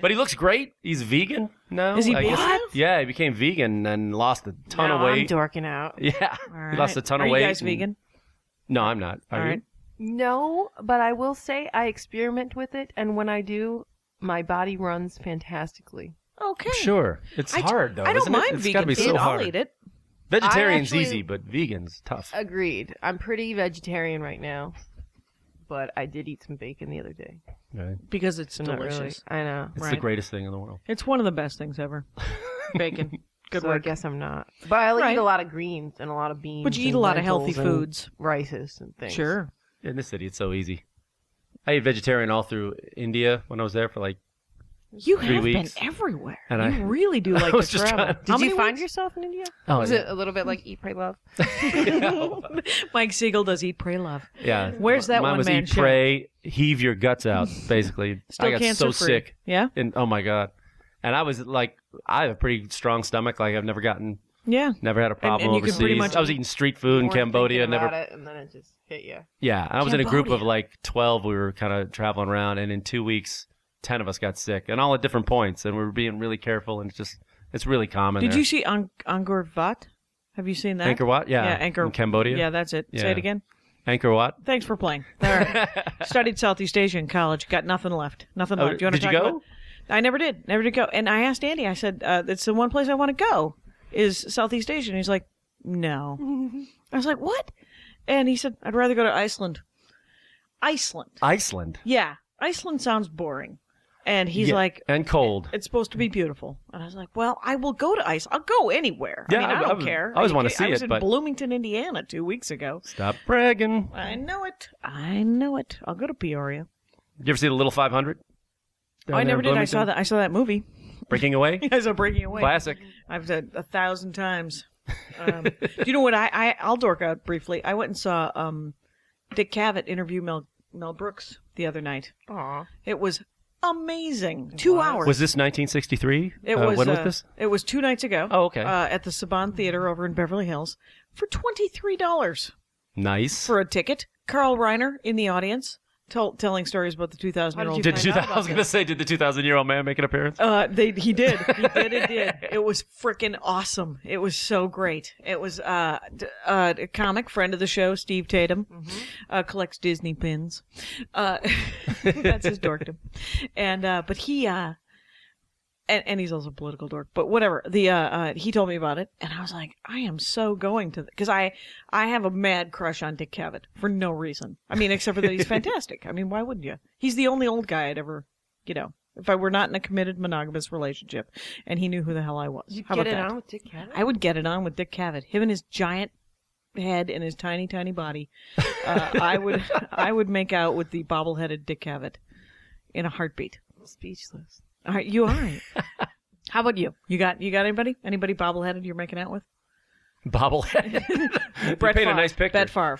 C: But he looks great. He's vegan now.
B: Is he
C: I guess-
B: vegan?
C: Yeah, he became vegan and lost a ton
D: Now
C: of weight.
D: I'm dorking out.
C: yeah,
B: All right.
C: he lost a ton
B: Are
C: of weight.
B: you guys
C: and-
B: vegan?
C: No, I'm not. Are
B: All
C: you?
B: right.
D: No, but I will say I experiment with it, and when I do, my body runs fantastically.
B: Okay.
C: Sure. It's
B: I,
C: hard though.
B: I don't
C: isn't
B: mind
C: it? It's
B: vegan
C: gotta be
B: food.
C: so
B: I'll
C: hard.
B: eat it. Uh,
C: Vegetarian's
D: I actually-
C: easy, but vegan's tough.
D: Agreed. I'm pretty vegetarian right now, but I did eat some bacon the other day.
C: Right.
B: Because it's
D: So not really-
B: delicious.
D: I know.
C: It's the
B: Right.
C: greatest thing in the world.
B: It's one of the best things ever. Bacon. Good
D: so I
B: work.
D: guess I'm not. But I
B: Right.
D: eat a lot of greens and a lot of beans.
B: But you eat
D: and
B: a lot of healthy
D: lentils and
B: foods.
D: rices and things.
B: Sure.
C: In this city, it's so easy. I ate vegetarian all through India when I was there for like
B: You
C: Three
B: have
C: weeks.
B: been everywhere.
C: And
B: you
C: I-
B: really do like
C: was
B: to
C: just
B: travel.
C: trying to-
D: Did
B: How
D: you
B: many
D: find
B: weeks?
D: yourself in India?
C: Oh,
D: was
C: yeah.
D: it a little bit like Eat, Pray, Love?
B: Mike Siegel does Eat, Pray, Love.
C: Yeah.
B: Where's that
C: Mine
B: one
C: was
B: man
C: eat,
B: show?
C: pray, heave your guts out, basically.
B: Still
C: I got
B: cancer
C: so
B: free.
C: sick.
B: Yeah?
C: And oh my God. And I was like, I have a pretty strong stomach. Like I've never gotten,
B: Yeah.
C: never had a problem
B: and you could
C: overseas.
B: pretty much
C: I was
B: eat-
C: eating street food in
D: Weren't
C: Cambodia.
D: thinking
C: Never.
D: about it, and then it just hit you.
C: Yeah. And I was in a group of
B: Cambodia.
C: like 12. We were kind of traveling around. And in two weeks, 10 of us got sick and all at different points. And we were being really careful. And it's just, it's really common.
B: Did
C: there.
B: you see Ang- Angkor Wat? Have you seen that?
C: Angkor Wat? Yeah.
B: Yeah, Angkor
C: In Cambodia?
B: Yeah, that's it. Say
C: Yeah.
B: it again.
C: Angkor Wat?
B: Thanks for playing. All right. Studied Southeast Asia in college. Got nothing left. Nothing
C: Oh,
B: left. Do you want
C: did
B: to
C: you
B: talk
C: go?
B: about? I never did. Never did go. And I asked Andy. I said, uh, "It's the one place I want to go is Southeast Asia." And he's like, "No." I was like, "What?" And he said, "I'd rather go to Iceland." Iceland.
C: Iceland.
B: Yeah, Iceland sounds boring. And he's
C: Yeah.
B: like,
C: and cold.
B: it's supposed to be beautiful. And I was like, well, I will go to ice. I'll go anywhere.
C: Yeah,
B: I mean, I,
C: I- I
B: don't
C: was-
B: care.
C: I
B: Are
C: always
B: you
C: wanna
B: kidding?
C: see
B: I was
C: it,
B: in
C: but-
B: Bloomington, Indiana, two weeks ago.
C: Stop bragging.
B: I know it. I know it. I'll go to Peoria.
C: You ever see the Little 500?
B: Oh, I never did. I saw that. I saw that movie.
C: Breaking Away?
B: I saw Breaking Away.
C: Classic.
B: I've said a thousand times. Um, do you know what? I, I I'll dork out briefly. I went and saw um, Dick Cavett interview Mel Mel Brooks the other night.
D: Aw.
B: It was amazing. two hours.
C: Was this 1963?
B: It
C: Uh,
B: was
C: When was
B: uh,
C: this?
B: It was two nights ago.
C: Oh, okay.
B: Uh, at the Saban Theater over in Beverly Hills for twenty three dollars
C: Nice.
B: for a ticket. Carl Reiner in the audience, tell, telling stories about the two thousand year
D: How
B: old.
D: did
C: did
D: find
C: two
D: out
C: thousand?
D: about
C: I was going to say, did the 2,000 year old man make an appearance?
B: Uh, they he did he did it did it was freaking awesome it was so great it was uh, d- uh a comic friend of the show Steve Tatum uh, collects Disney pins uh that's his dorkdom and uh but he uh and, and he's also a political dork but whatever the uh, uh he told me about it and I was like I am so going to because I I have a mad crush on Dick Cavett for no reason I mean except for that he's fantastic I mean why wouldn't you he's the only old guy I'd ever you know, if I were not in a committed monogamous relationship and he knew who the hell I was.
D: You
B: How
D: get
B: about
D: it
B: that?
D: on with Dick Cavett?
B: I would get it on with Dick Cavett, him and his giant head and his tiny, tiny body. Uh, I would, I would make out with the bobble-headed Dick Cavett in a heartbeat.
D: I'm speechless.
B: All right, you all right? How about you? You got, you got anybody? Anybody bobble-headed you're making out with?
C: Bobblehead. you
B: Brett
C: paint a
B: Favre.
C: nice picture.
B: Brett Favre.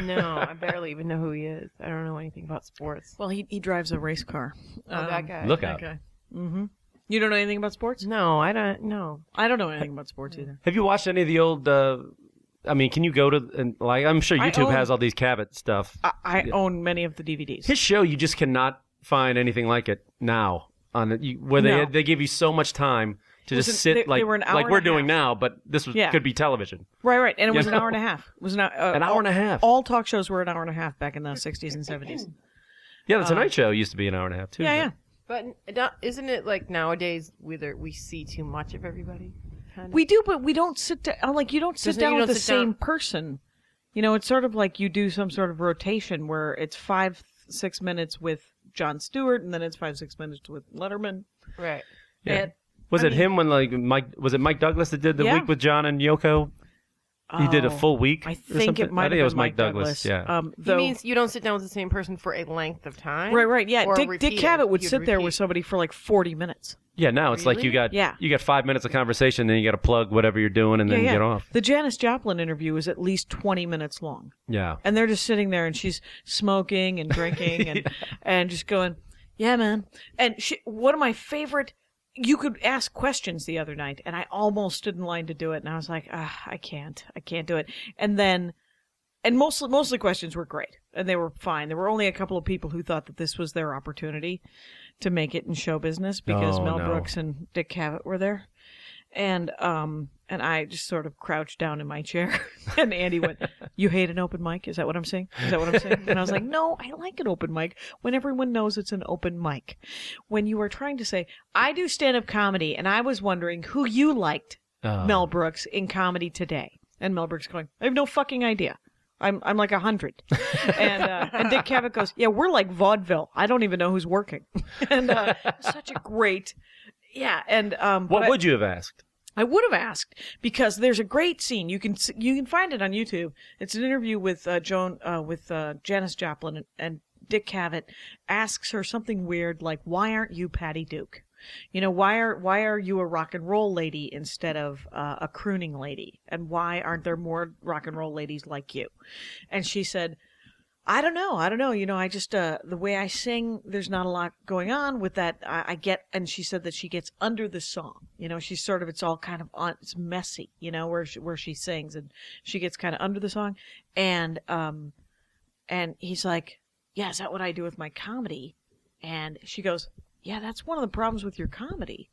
D: No, I barely even know who he is. I don't know anything about sports.
B: Well, he he drives a race car. Um,
D: Oh, that guy.
C: Look out.
B: Mm-hmm. You don't know anything about sports?
D: No, I don't know.
B: I don't know anything about sports either.
C: Have you watched any of the old? Uh, I mean, can you go to and like? I'm sure
B: I
C: YouTube
B: own-
C: has all these Cabot stuff.
B: I, I own many of the DVDs.
C: His show, you just cannot find anything like it now. On it, you, where they
B: No.
C: they give you so much time to
B: was
C: just
B: an-
C: sit
B: they- they
C: like
B: were an hour
C: like
B: and
C: we're
B: a
C: doing
B: half.
C: now, but this was
B: Yeah.
C: could be television.
B: Right, right, and it
C: You
B: was an
C: know?
B: hour and a half. It was an, uh,
C: An hour
B: all,
C: and a half.
B: All talk shows were an hour and a half back in the '60s and '70s.
C: Yeah, the Tonight Show used to be an hour and a half too.
B: Uh, Yeah, yeah.
C: but-
D: But n- don't- isn't it like nowadays whether we see too much of everybody? Kind of?
B: We do, but we don't sit down. I'm Like you don't sit
D: Doesn't mean
B: down
D: you
B: with
D: don't
B: the
D: sit down.
B: same person. You know, it's sort of like you do some sort of rotation where it's five, six minutes with John Stewart, and then it's five, six minutes with Letterman.
D: right.
C: Yeah.
B: And-
C: Was
B: I
C: it
B: mean-
C: him when like Mike? Was it Mike Douglas that did the
B: Yeah.
C: week with John and Yoko? He did a
B: Oh,
C: full week.
B: I
C: or
B: think
C: something?
B: it might
C: I
B: have
C: think
B: been
C: it was Mike Douglas. Yeah.
B: Um,
D: He
B: though,
D: means you don't sit down with the same person for a length of time.
B: right, right, yeah.
D: or
B: Dick, Dick
D: repeated.
B: Cavett would
D: You'd
B: sit there with
D: repeat.
B: somebody for like 40 minutes.
C: yeah. Now it's like you
D: Really?
C: got
B: Yeah.
C: you got five minutes of conversation, then you got to plug whatever you're doing, and
B: yeah,
C: then
B: yeah.
C: get off.
B: The Janis Joplin interview is at least 20 minutes long.
C: Yeah.
B: and they're just sitting there and she's smoking and drinking and and just going yeah man and she, one of my favorite you could ask questions the other night and i almost stood in line to do it and i was like ah, i can't i can't do it and then and mostly most of the questions were great and they were fine there were only a couple of people who thought that this was their opportunity to make it in show business because
C: Oh,
B: mel
C: no.
B: brooks and dick cavett were there and um and I just sort of crouched down in my chair and Andy went, You hate an open mic? Is that what I'm saying? Is that what I'm saying? And I was like, No, I like an open mic when everyone knows it's an open mic. When you are trying to say, I do stand up comedy and I was wondering who you liked
C: Oh.
B: Mel Brooks in comedy today. And Mel Brooks going, I have no fucking idea. I'm I'm like a hundred, and uh, and Dick Cavett goes, yeah, we're like vaudeville. I don't even know who's working, and uh, such a great, yeah, and um.
C: What
B: but I-
C: would you have asked?
B: I would have asked because there's a great scene. You can s- you can find it on YouTube. It's an interview with uh, Joan uh, with uh, Janis Joplin and, and Dick Cavett asks her something weird like, "Why aren't you Patty Duke?" You know, why are why are you a rock and roll lady instead of uh, a crooning lady, and why aren't there more rock and roll ladies like you? And she said, I don't know. I don't know. You know, I just uh, the way I sing, there's not a lot going on with that. I, I get, and she said that she gets under the song. You know, she's sort of it's all kind of on, it's messy. You know, where she, where she sings and she gets kind of under the song, and um, and he's like, "Yeah, is that what I do with my comedy?" And she goes, "Yeah, that's one of the problems with your comedy,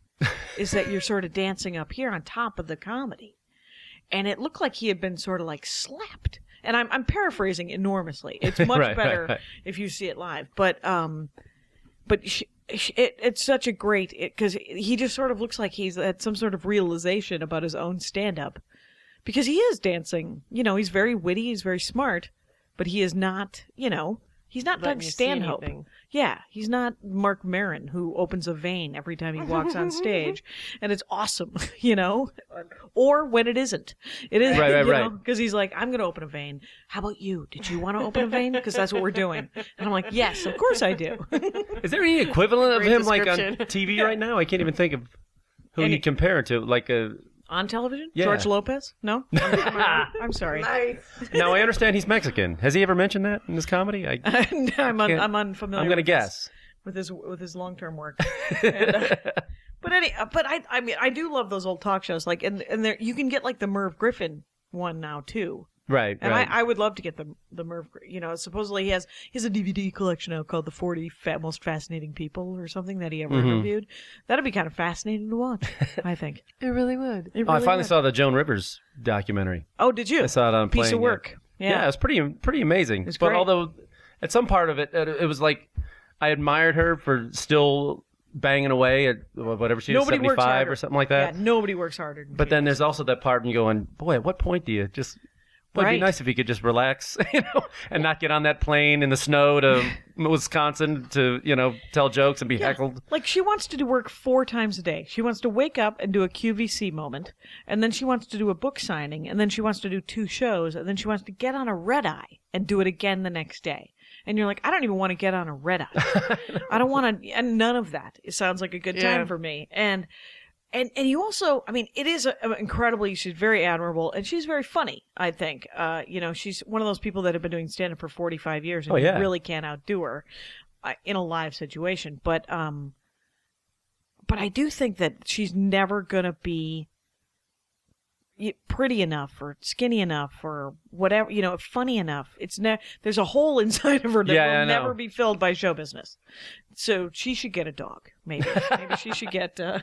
B: is that you're sort of dancing up here on top of the comedy." and it looked like he had been sort of like slapped. And I'm, I'm paraphrasing enormously. It's much
C: Right, right,
B: better
C: right.
B: if you see it live, but um, but sh sh it, it's such a great because he just sort of looks like he's had some sort of realization about his own stand up because he is dancing. You know, he's very witty, he's very smart, but he is not. You know, he's not
D: Letting
B: Doug
D: you see
B: Stanhope.
D: anything.
B: Yeah, he's not Mark Marin who opens a vein every time he walks on stage, and it's awesome, you know. Or when it isn't, it is
C: Right, right,
B: you
C: right.
B: Because he's like, I'm going to open a vein. How about you? Did you want to open a vein? Because that's what we're doing. And I'm like, yes, of course I do.
C: Is there any equivalent of
D: Great
C: him like on
D: description.
C: TV right now? I can't even think of who
B: Any-
C: you compare it to. Like a
B: on television,
C: Yeah.
B: George Lopez? No, I'm sorry.
C: now, I understand he's Mexican. Has he ever mentioned that in his comedy? I,
B: I'm, un-
C: Can't-
B: I'm unfamiliar.
C: I'm gonna
B: with his-
C: guess.
B: with his with his long term work. And, uh, but any, uh, but I I mean I do love those old talk shows like and and there you can get like the Merv Griffin one now too.
C: Right,
B: And
C: right.
B: I, I would love to get the the Merv, Gr- you know. Supposedly he has he has a DVD collection now called the Forty Fa- Most Fascinating People or something that he ever
C: Mm-hmm.
B: interviewed. That'd be kind of fascinating to watch. I think.
D: It really would.
B: It
C: oh, I
B: really
C: finally
B: would.
C: saw the Joan Rivers documentary.
B: Oh, did you?
C: I saw it on
B: piece
C: Playing,
B: of
C: yeah.
B: work. Yeah.
C: Yeah, it's pretty pretty amazing.
B: It's
C: but
B: great.
C: although at some part of it, uh, it, it was like I admired her for still banging away at whatever she was
B: Nobody
C: seventy
B: works
C: five
B: harder
C: or something like
B: Yeah,
C: that.
B: nobody works harder. Than
C: But
B: she
C: then
B: does.
C: there's also that part when you going, boy, at what point do you just? Boy, It'd
B: Right.
C: be nice if you could just relax, you know, and not get on that plane in the snow to Wisconsin to you know tell jokes and be heckled.
B: Like she wants to do work four times a day. She wants to wake up and do a QVC moment, and then she wants to do a book signing, and then she wants to do two shows, and then she wants to get on a red eye and do it again the next day. And you're like, I don't even want to get on a red eye. I don't want to, and none of that. It sounds like a good
D: Yeah.
B: time for me. And and and you also i mean it is a, a- incredibly she's very admirable and she's very funny i think uh you know she's one of those people that have been doing stand up for 45 years and
C: Oh, yeah.
B: you really can't outdo her uh, in a live situation but um but i do think that she's never gonna be y- pretty enough or skinny enough or whatever you know funny enough it's ne- there's a hole inside of her that
C: Yeah,
B: will
C: I know.
B: never be filled by show business so she should get a dog maybe maybe she should get uh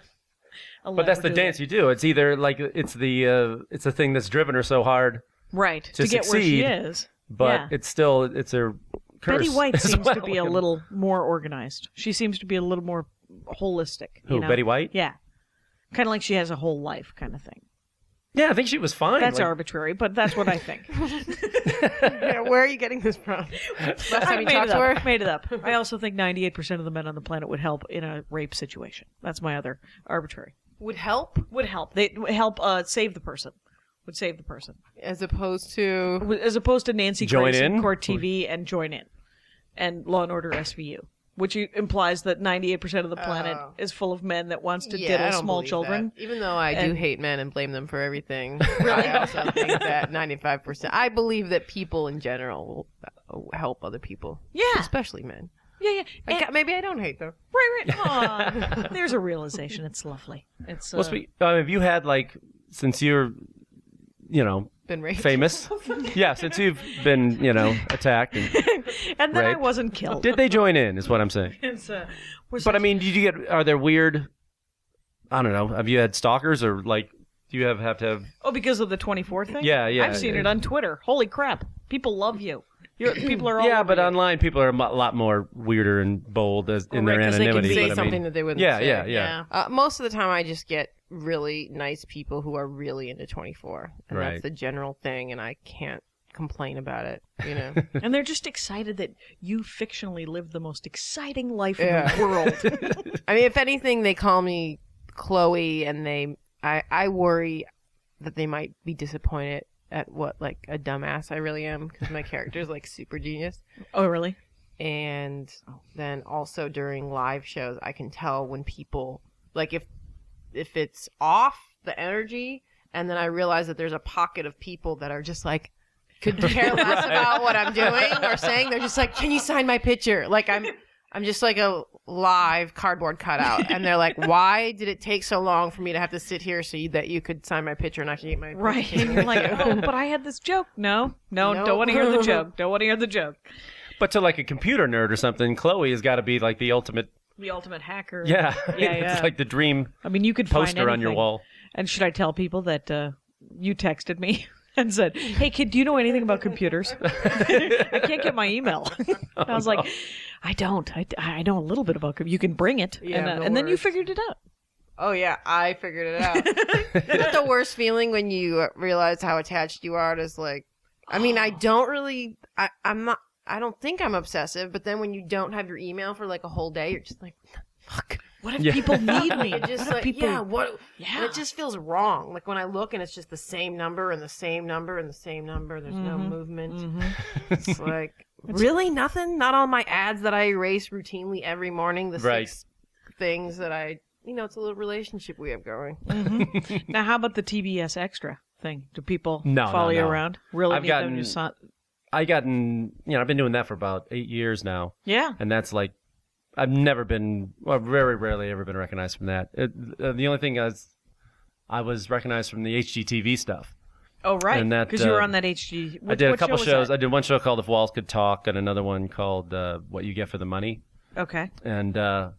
B: a
C: But that's the
B: Labradoodle.
C: dance you do. It's either like it's the uh, it's the thing that's driven her so hard,
B: right to, get
C: succeed,
B: where she is.
C: but
B: yeah.
C: it's still it's her curse.
B: Betty White
C: as
B: seems to
C: well.
B: be a little more organized. She seems to be a little more holistic.
C: Who,
B: you know?
C: Betty White?
B: Yeah, kind of like she has a whole life kind of thing.
C: Yeah, I think she was fine.
B: That's
C: like,
B: arbitrary, but that's what I think.
D: Yeah, where are you getting this from? Last time you
B: made
D: talked
B: it
D: to her?
B: up. Made it up. I also think ninety-eight percent of the men on the planet would help in a rape situation. That's my other arbitrary.
D: Would help
B: Would help. They would help uh, save the person. Would save the person
D: as opposed to
B: as opposed to Nancy
C: Join
B: Grace and
C: in?
B: Court TV and Join In and Law and Order SVU, which you- implies that 98% of the planet
D: Oh.
B: is full of men that wants to
D: Yeah, I
B: diddle
D: don't
B: small
D: believe
B: children.
D: that. Even though I do
B: And-
D: hate men and blame them for everything, I also think that ninety-five percent. I believe that people in general will uh, help other people,
B: Yeah,
D: especially men.
B: yeah, yeah.
D: I
B: And-
D: ca- maybe I don't hate them.
B: right, right. Aw, there's a realization. It's lovely. It's uh,
C: Well, speak, uh, have you had like since you're, you know,
D: Been raped.
C: famous? yeah, since you've been, you know, attacked. And,
B: and then I
C: raped.
B: wasn't killed.
C: did they join in? Is what I'm saying.
B: It's, uh, we're
C: But I
B: such-
C: mean, did you get? Are there weird? I don't know. Have you had stalkers or like? Do you have have to have?
B: oh, because of the 24 thing.
C: Yeah, yeah,
B: I've seen
C: yeah.
B: it on Twitter. Holy crap! People love you. You're, people are all
C: Yeah,
B: over
C: but
B: you.
C: online people are a mo- lot more weirder and bold as, in
D: Right,
C: their
D: 'cause
C: anonymity.
D: They can say
C: but I mean-
D: something that they wouldn't
C: Yeah,
D: say.
C: yeah, yeah.
D: Uh, most of the time, I just get really nice people who are really into 24, and
C: Right.
D: that's the general thing, and I can't complain about it. You know,
B: and they're just excited that you fictionally lived the most exciting life in
D: Yeah.
B: the world.
D: I mean, if anything, they call me Chloe, and they, I, I worry that they might be disappointed at what like a dumbass I really am because my character is like super genius.
B: oh, really?
D: and then also during live shows i can tell when people like if if it's off the energy and then i realize that there's a pocket of people that are just like could care less about what i'm doing or saying they're just like can you sign my picture like i'm i'm just like a live cardboard cutout and they're like why did it take so long for me to have to sit here so you, that you could sign my picture and i can get my picture?"
B: Right. And you're like, oh, but I had this joke. No, no,
D: No.
B: don't want to hear the joke. Don't want to hear the joke.
C: But to like a computer nerd or something, Chloe has got to be like the ultimate.
B: The ultimate hacker.
C: Yeah,
B: Yeah, yeah.
C: it's like the dream
B: I mean, you could find
C: poster on your
B: anything.
C: wall.
B: And should I tell people that uh, you texted me and said, "Hey kid, do you know anything about computers? I can't get my email."
C: Oh,
B: And I was like, "I don't. I, I know a little bit about. com- You can bring it."
D: Yeah,
B: and uh,
D: no
B: and then you
D: worries.
B: figured it out.
D: Oh yeah, I figured it out. Isn't that the worst feeling when you realize how attached you are to like I mean, I don't really I, I'm not I don't think I'm obsessive, but then when you don't have your email for like a whole day, you're just like fuck.
B: What if
C: Yeah.
B: people need me?
D: It just
B: what if
D: like
B: people?
D: yeah, what
B: Yeah.
D: and it just feels wrong. Like when I look and it's just the same number and the same number and the same number, there's no movement. Mm-hmm.
B: Mm-hmm.
D: It's like really nothing? Not all my ads that I erase routinely every morning, the
C: Right.
D: six things that I you know, it's a little relationship we have going.
B: Now, how about the TBS extra thing? Do people
C: No, no,
B: follow you
C: no.
B: around? Really
C: I've
B: need them
C: gotten-
B: to sign?
C: I gotten you know I've been doing that for about eight years now,
B: Yeah.
C: and that's like I've never been well, very rarely ever been recognized from that. It, uh, the only thing is I was recognized from the HGTV stuff.
B: Oh right,
C: And that,
B: because you were
C: uh,
B: on that HG.
C: I
B: what-
C: did a
B: what
C: couple
B: show was
C: shows.
B: that?
C: I did one show called If Walls Could Talk, and another one called uh, What You Get for the Money.
B: Okay.
C: and uh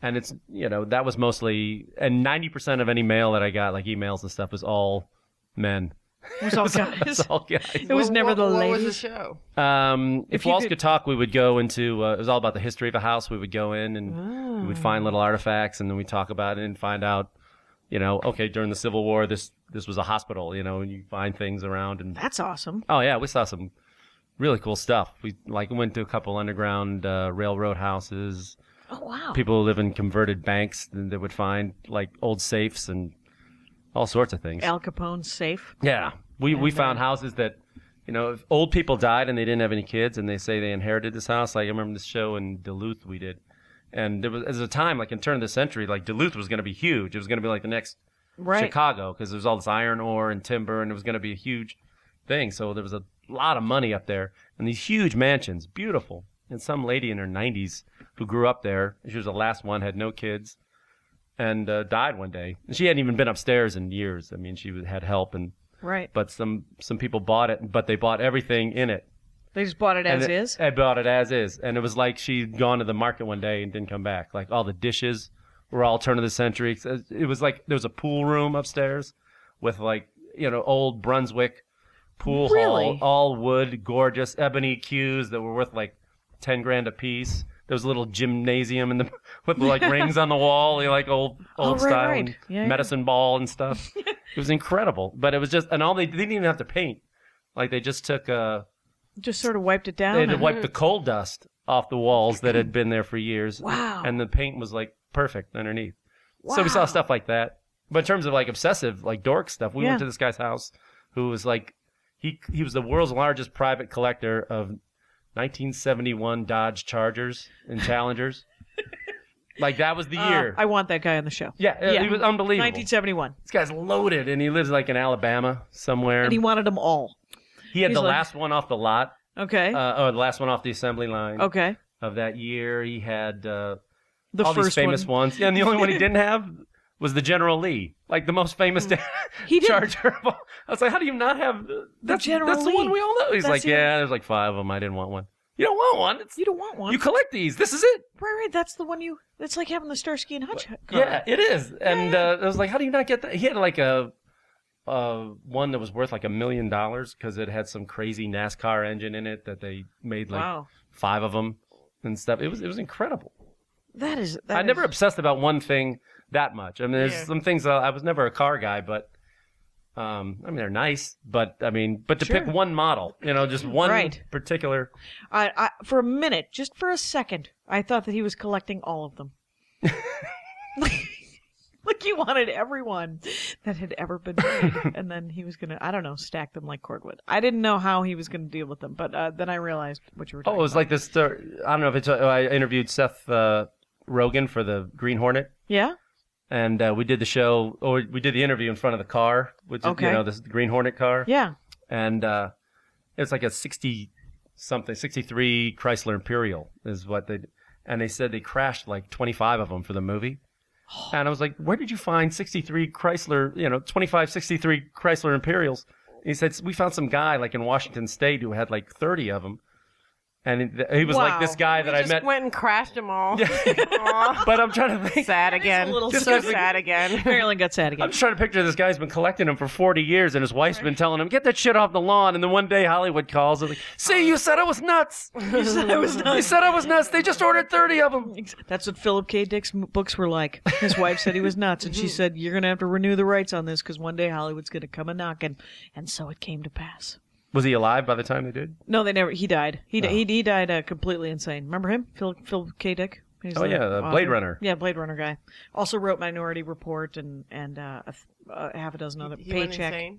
C: and it's you know that was mostly and 90% of any mail that i got like emails and stuff was all men
B: It was all guys.
C: it's all guys
B: It was
D: What-
B: never
D: what-
B: the
D: What was the
B: ladies.
D: show?
C: um if,
B: If you
C: walls
B: could-
C: could talk we would go into uh, it was all about the history of a house we would go in and we would find
B: Ah.
C: little artifacts and then we talk about it and find out you know okay during the civil war this this was a hospital you know and you find things around and
B: That's awesome.
C: Oh yeah, we saw some really cool stuff. We like went to a couple underground uh, railroad houses.
B: Oh wow.
C: People who live in converted banks then they would find like old safes and all sorts of things.
B: Al Capone's safe.
C: yeah, we we found houses that you know if old people died and they didn't have any kids and they say they inherited this house. Like I remember this show in Duluth we did, and there was at a time like in turn of the century like Duluth was going to be huge. It was going to be like the next
B: Right.
C: Chicago because there was all this iron ore and timber, and it was going to be a huge thing. So there was a lot of money up there, and these huge mansions, beautiful. And some lady in her 90s who grew up there, she was the last one, had no kids, and uh, died one day. And she hadn't even been upstairs in years. I mean, she was- had help, and
B: Right.
C: but some some people bought it, but they bought everything in it.
B: They just bought it
C: And
B: as
C: it-
B: is.
C: I bought it as is, and it was like she'd gone to the market one day and didn't come back. Like all the dishes were all turn of the century. It was like there was a pool room upstairs with like you know old Brunswick pool
D: Really?
C: hall, all wood, gorgeous ebony cues that were worth like ten grand a piece. There was a little gymnasium in the with like rings on the wall, you know, like old old
B: Oh, right,
C: style
B: right.
C: and
B: Yeah, yeah.
C: medicine ball and stuff. it was incredible, but it was just and all they, they didn't even have to paint. Like they just took uh
B: Just sort of wiped it down.
C: they had
B: and-
C: to wipe the coal dust off the walls that had been there for years.
B: Wow.
C: And the paint was like perfect underneath. So we saw stuff like that. But in terms of like obsessive, like dork stuff, we
B: Yeah.
C: went to this guy's house who was like, he he was the world's largest private collector of 1971 Dodge Chargers and Challengers. like that was the
B: Uh,
C: year.
B: I want that guy on the show.
C: yeah, uh,
B: yeah.
C: he was unbelievable.
B: 1971.
C: This guy's loaded, and he lives like in Alabama somewhere.
B: And he
C: he,
B: wanted them all.
C: had
B: he's
C: the
B: like- Eh?
C: last one off the lot,
B: Okay.
C: uh, or the last one off the assembly line
B: okay.
C: of that year. He had uh,
B: The
C: all these
B: first
C: famous
B: one.
C: ones. Yeah, and the only one he didn't have was the General Lee, like the most famous
B: He didn't-
C: charger. Of all. I was like, how do you not have the that's,
B: General
C: That's the
B: Lee.
C: one we all know. He's
B: That's
C: like,
B: the-
C: yeah, there's like five of them. I didn't want one. You don't want one. It's,
B: You don't want one.
C: you collect these. This is it.
B: Right, right. That's the one you. It's like having the Starsky and Hutch. car.
C: Yeah, it is. And uh, I was like, how do you not get that? He had like a. Uh, one that was worth like a million dollars because it had some crazy NASCAR engine in it that they made like
B: Wow.
C: five of them and stuff. It was it was incredible.
B: That is. That
C: I never
B: is-
C: obsessed about one thing that much. I mean, there's
D: Yeah.
C: some things that I was never a car guy, but um, I mean they're nice, but I mean, but to
B: Sure.
C: pick one model, you know, just one
B: Right.
C: particular.
B: I, I, for a minute, just for a second, I thought that he was collecting all of them. like he wanted everyone that had ever been made, and then he was gonna, I don't know, stack them like cordwood. I didn't know how he was gonna deal with them, but uh, then I realized what you were.
C: Oh,
B: Talking
C: it was
B: about.
C: like this. Story. I don't know if it's. uh, I interviewed Seth uh, Rogen for the Green Hornet,
B: yeah,
C: and uh, we did the show, or we did the interview in front of the car, which is,
B: Okay.
C: you know, this Green Hornet car,
B: yeah.
C: and uh, it was like a sixty something, sixty three Chrysler Imperial is what they. And they said they crashed like twenty five of them for the movie. And I was like, "Where did you find 63 Chrysler, you know, 25, 63 Chrysler Imperials?" He said, "We found some guy like in Washington State who had like 30 of them." And he he was like this guy that I met
D: went and crashed them all. Aw.
C: But I'm trying to think.
D: sad
B: a
D: again.
B: little
D: so
B: sad.
D: sad again.
B: Marilyn got sad again.
C: I'm just trying to picture this guy's been collecting them for 40 years, and his wife's been telling him, "Get that shit off the lawn." And then one day Hollywood calls and like, "See, you said I was nuts. you said I was nuts. You said I was nuts. They just ordered 30 of them."
B: That's what Philip K. Dick's m- books were like. His wife said he was nuts, and she said, "You're gonna have to renew the rights on this because one day Hollywood's gonna come a knocking." And so it came to pass.
C: Was he alive by the time they did?
B: No, they never. He died. He
C: Oh.
B: di- he, he died uh, completely insane. Remember him, Phil Phil K. Dick. He's
C: Oh, yeah, the Blade Runner.
B: Yeah, Blade Runner guy. Also wrote Minority Report and and uh, a, th- uh, half a dozen other paycheck.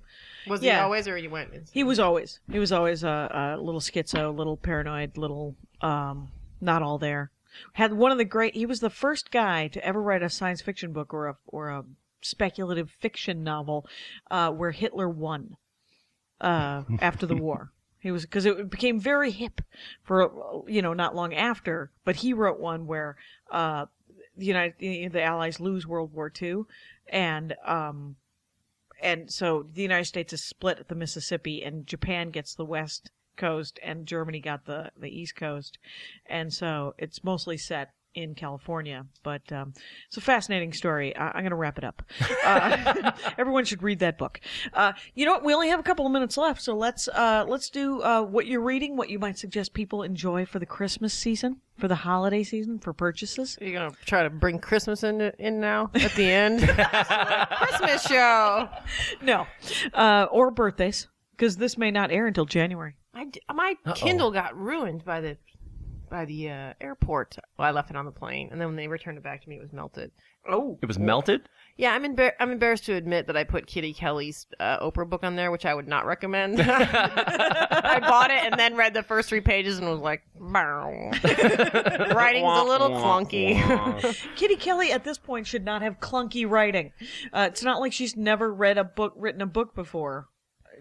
D: Was
B: Yeah.
D: he always, or he went insane?
B: He was always he was always a, a little schizo, little paranoid, little um, not all there. Had one of the great. He was the first guy to ever write a science fiction book or a or a speculative fiction novel uh, where Hitler won uh, after the war. He was because it became very hip for you know not long after, but he wrote one where uh, the United the Allies lose World War II, and um, and so the United States is split at the Mississippi, and Japan gets the west coast, and Germany got the the east coast, and so it's mostly set in California. But um, it's a fascinating story. I- I'm going to wrap it up. Uh, everyone should read that book. Uh, you know what? We only have a couple of minutes left, so let's uh, let's do uh, what you're reading, what you might suggest people enjoy for the Christmas season, for the holiday season, for purchases.
D: You're gonna try to bring Christmas in in now at the end. Christmas show.
B: No, uh, or birthdays, because this may not air until January.
D: I d- my Kindle got ruined by the by the uh, airport. Well, I left it on the plane, and then when they returned it back to me, it was melted.
C: It was melted.
D: Yeah, I'm embar- I'm embarrassed to admit that I put Kitty Kelly's uh, Oprah book on there, which I would not recommend. I bought it and then read the first three pages and was like, "Bow." writing's a little clunky.
B: Kitty Kelly at this point should not have clunky writing. Uh, it's not like she's never read a book, written a book before.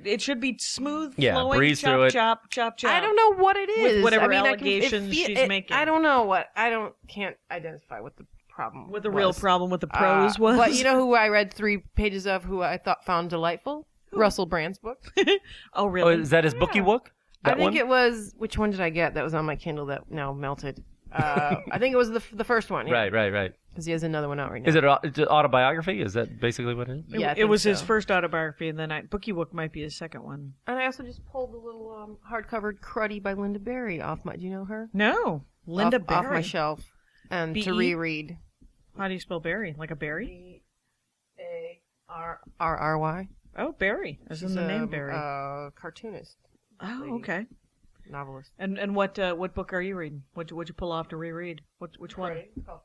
B: It should be smooth,
C: Yeah,
B: flowing,
C: breeze
B: chop,
C: through it.
B: chop, chop, chop.
D: I don't know what it is.
B: With whatever
D: I mean, I can- it
B: allegations
D: feel-
B: she's
D: it-
B: making.
D: I don't know what I don't can't identify what the problem
B: What the
D: was.
B: real problem with the prose
D: Uh,
B: was.
D: But you know who I read three pages of, who I thought found delightful? Russell Brand's book.
B: oh,
C: Oh,
B: really?
C: is that his bookie book?
D: I
C: That
D: think
C: one?
D: it was which one did I get that was on my Kindle that now melted? Uh, I think it was the the first one,
C: Right, right, right.
D: Because he has another one out right now.
C: Is it au- it's an autobiography? Is that basically what it is?
D: Yeah, I
B: it
D: think
B: was his
D: so.
B: first autobiography, and then I, Bookie Book might be his second one.
D: And I also just pulled the little um, hardcovered Cruddy by Linda Berry off my. Do you know her?
B: No, Linda
D: off,
B: Barry.
D: off my shelf, and
B: B E?
D: to reread.
B: How do you spell Barry? Like a berry?
D: E A R R R Y.
B: Oh, Barry, as in
D: She's
B: the
D: a,
B: name Barry.
D: Uh, cartoonist,
B: oh,
D: lady.
B: okay.
D: novelist.
B: And and what uh, what book are you reading? What would you pull off to reread? What which one?
D: Oh,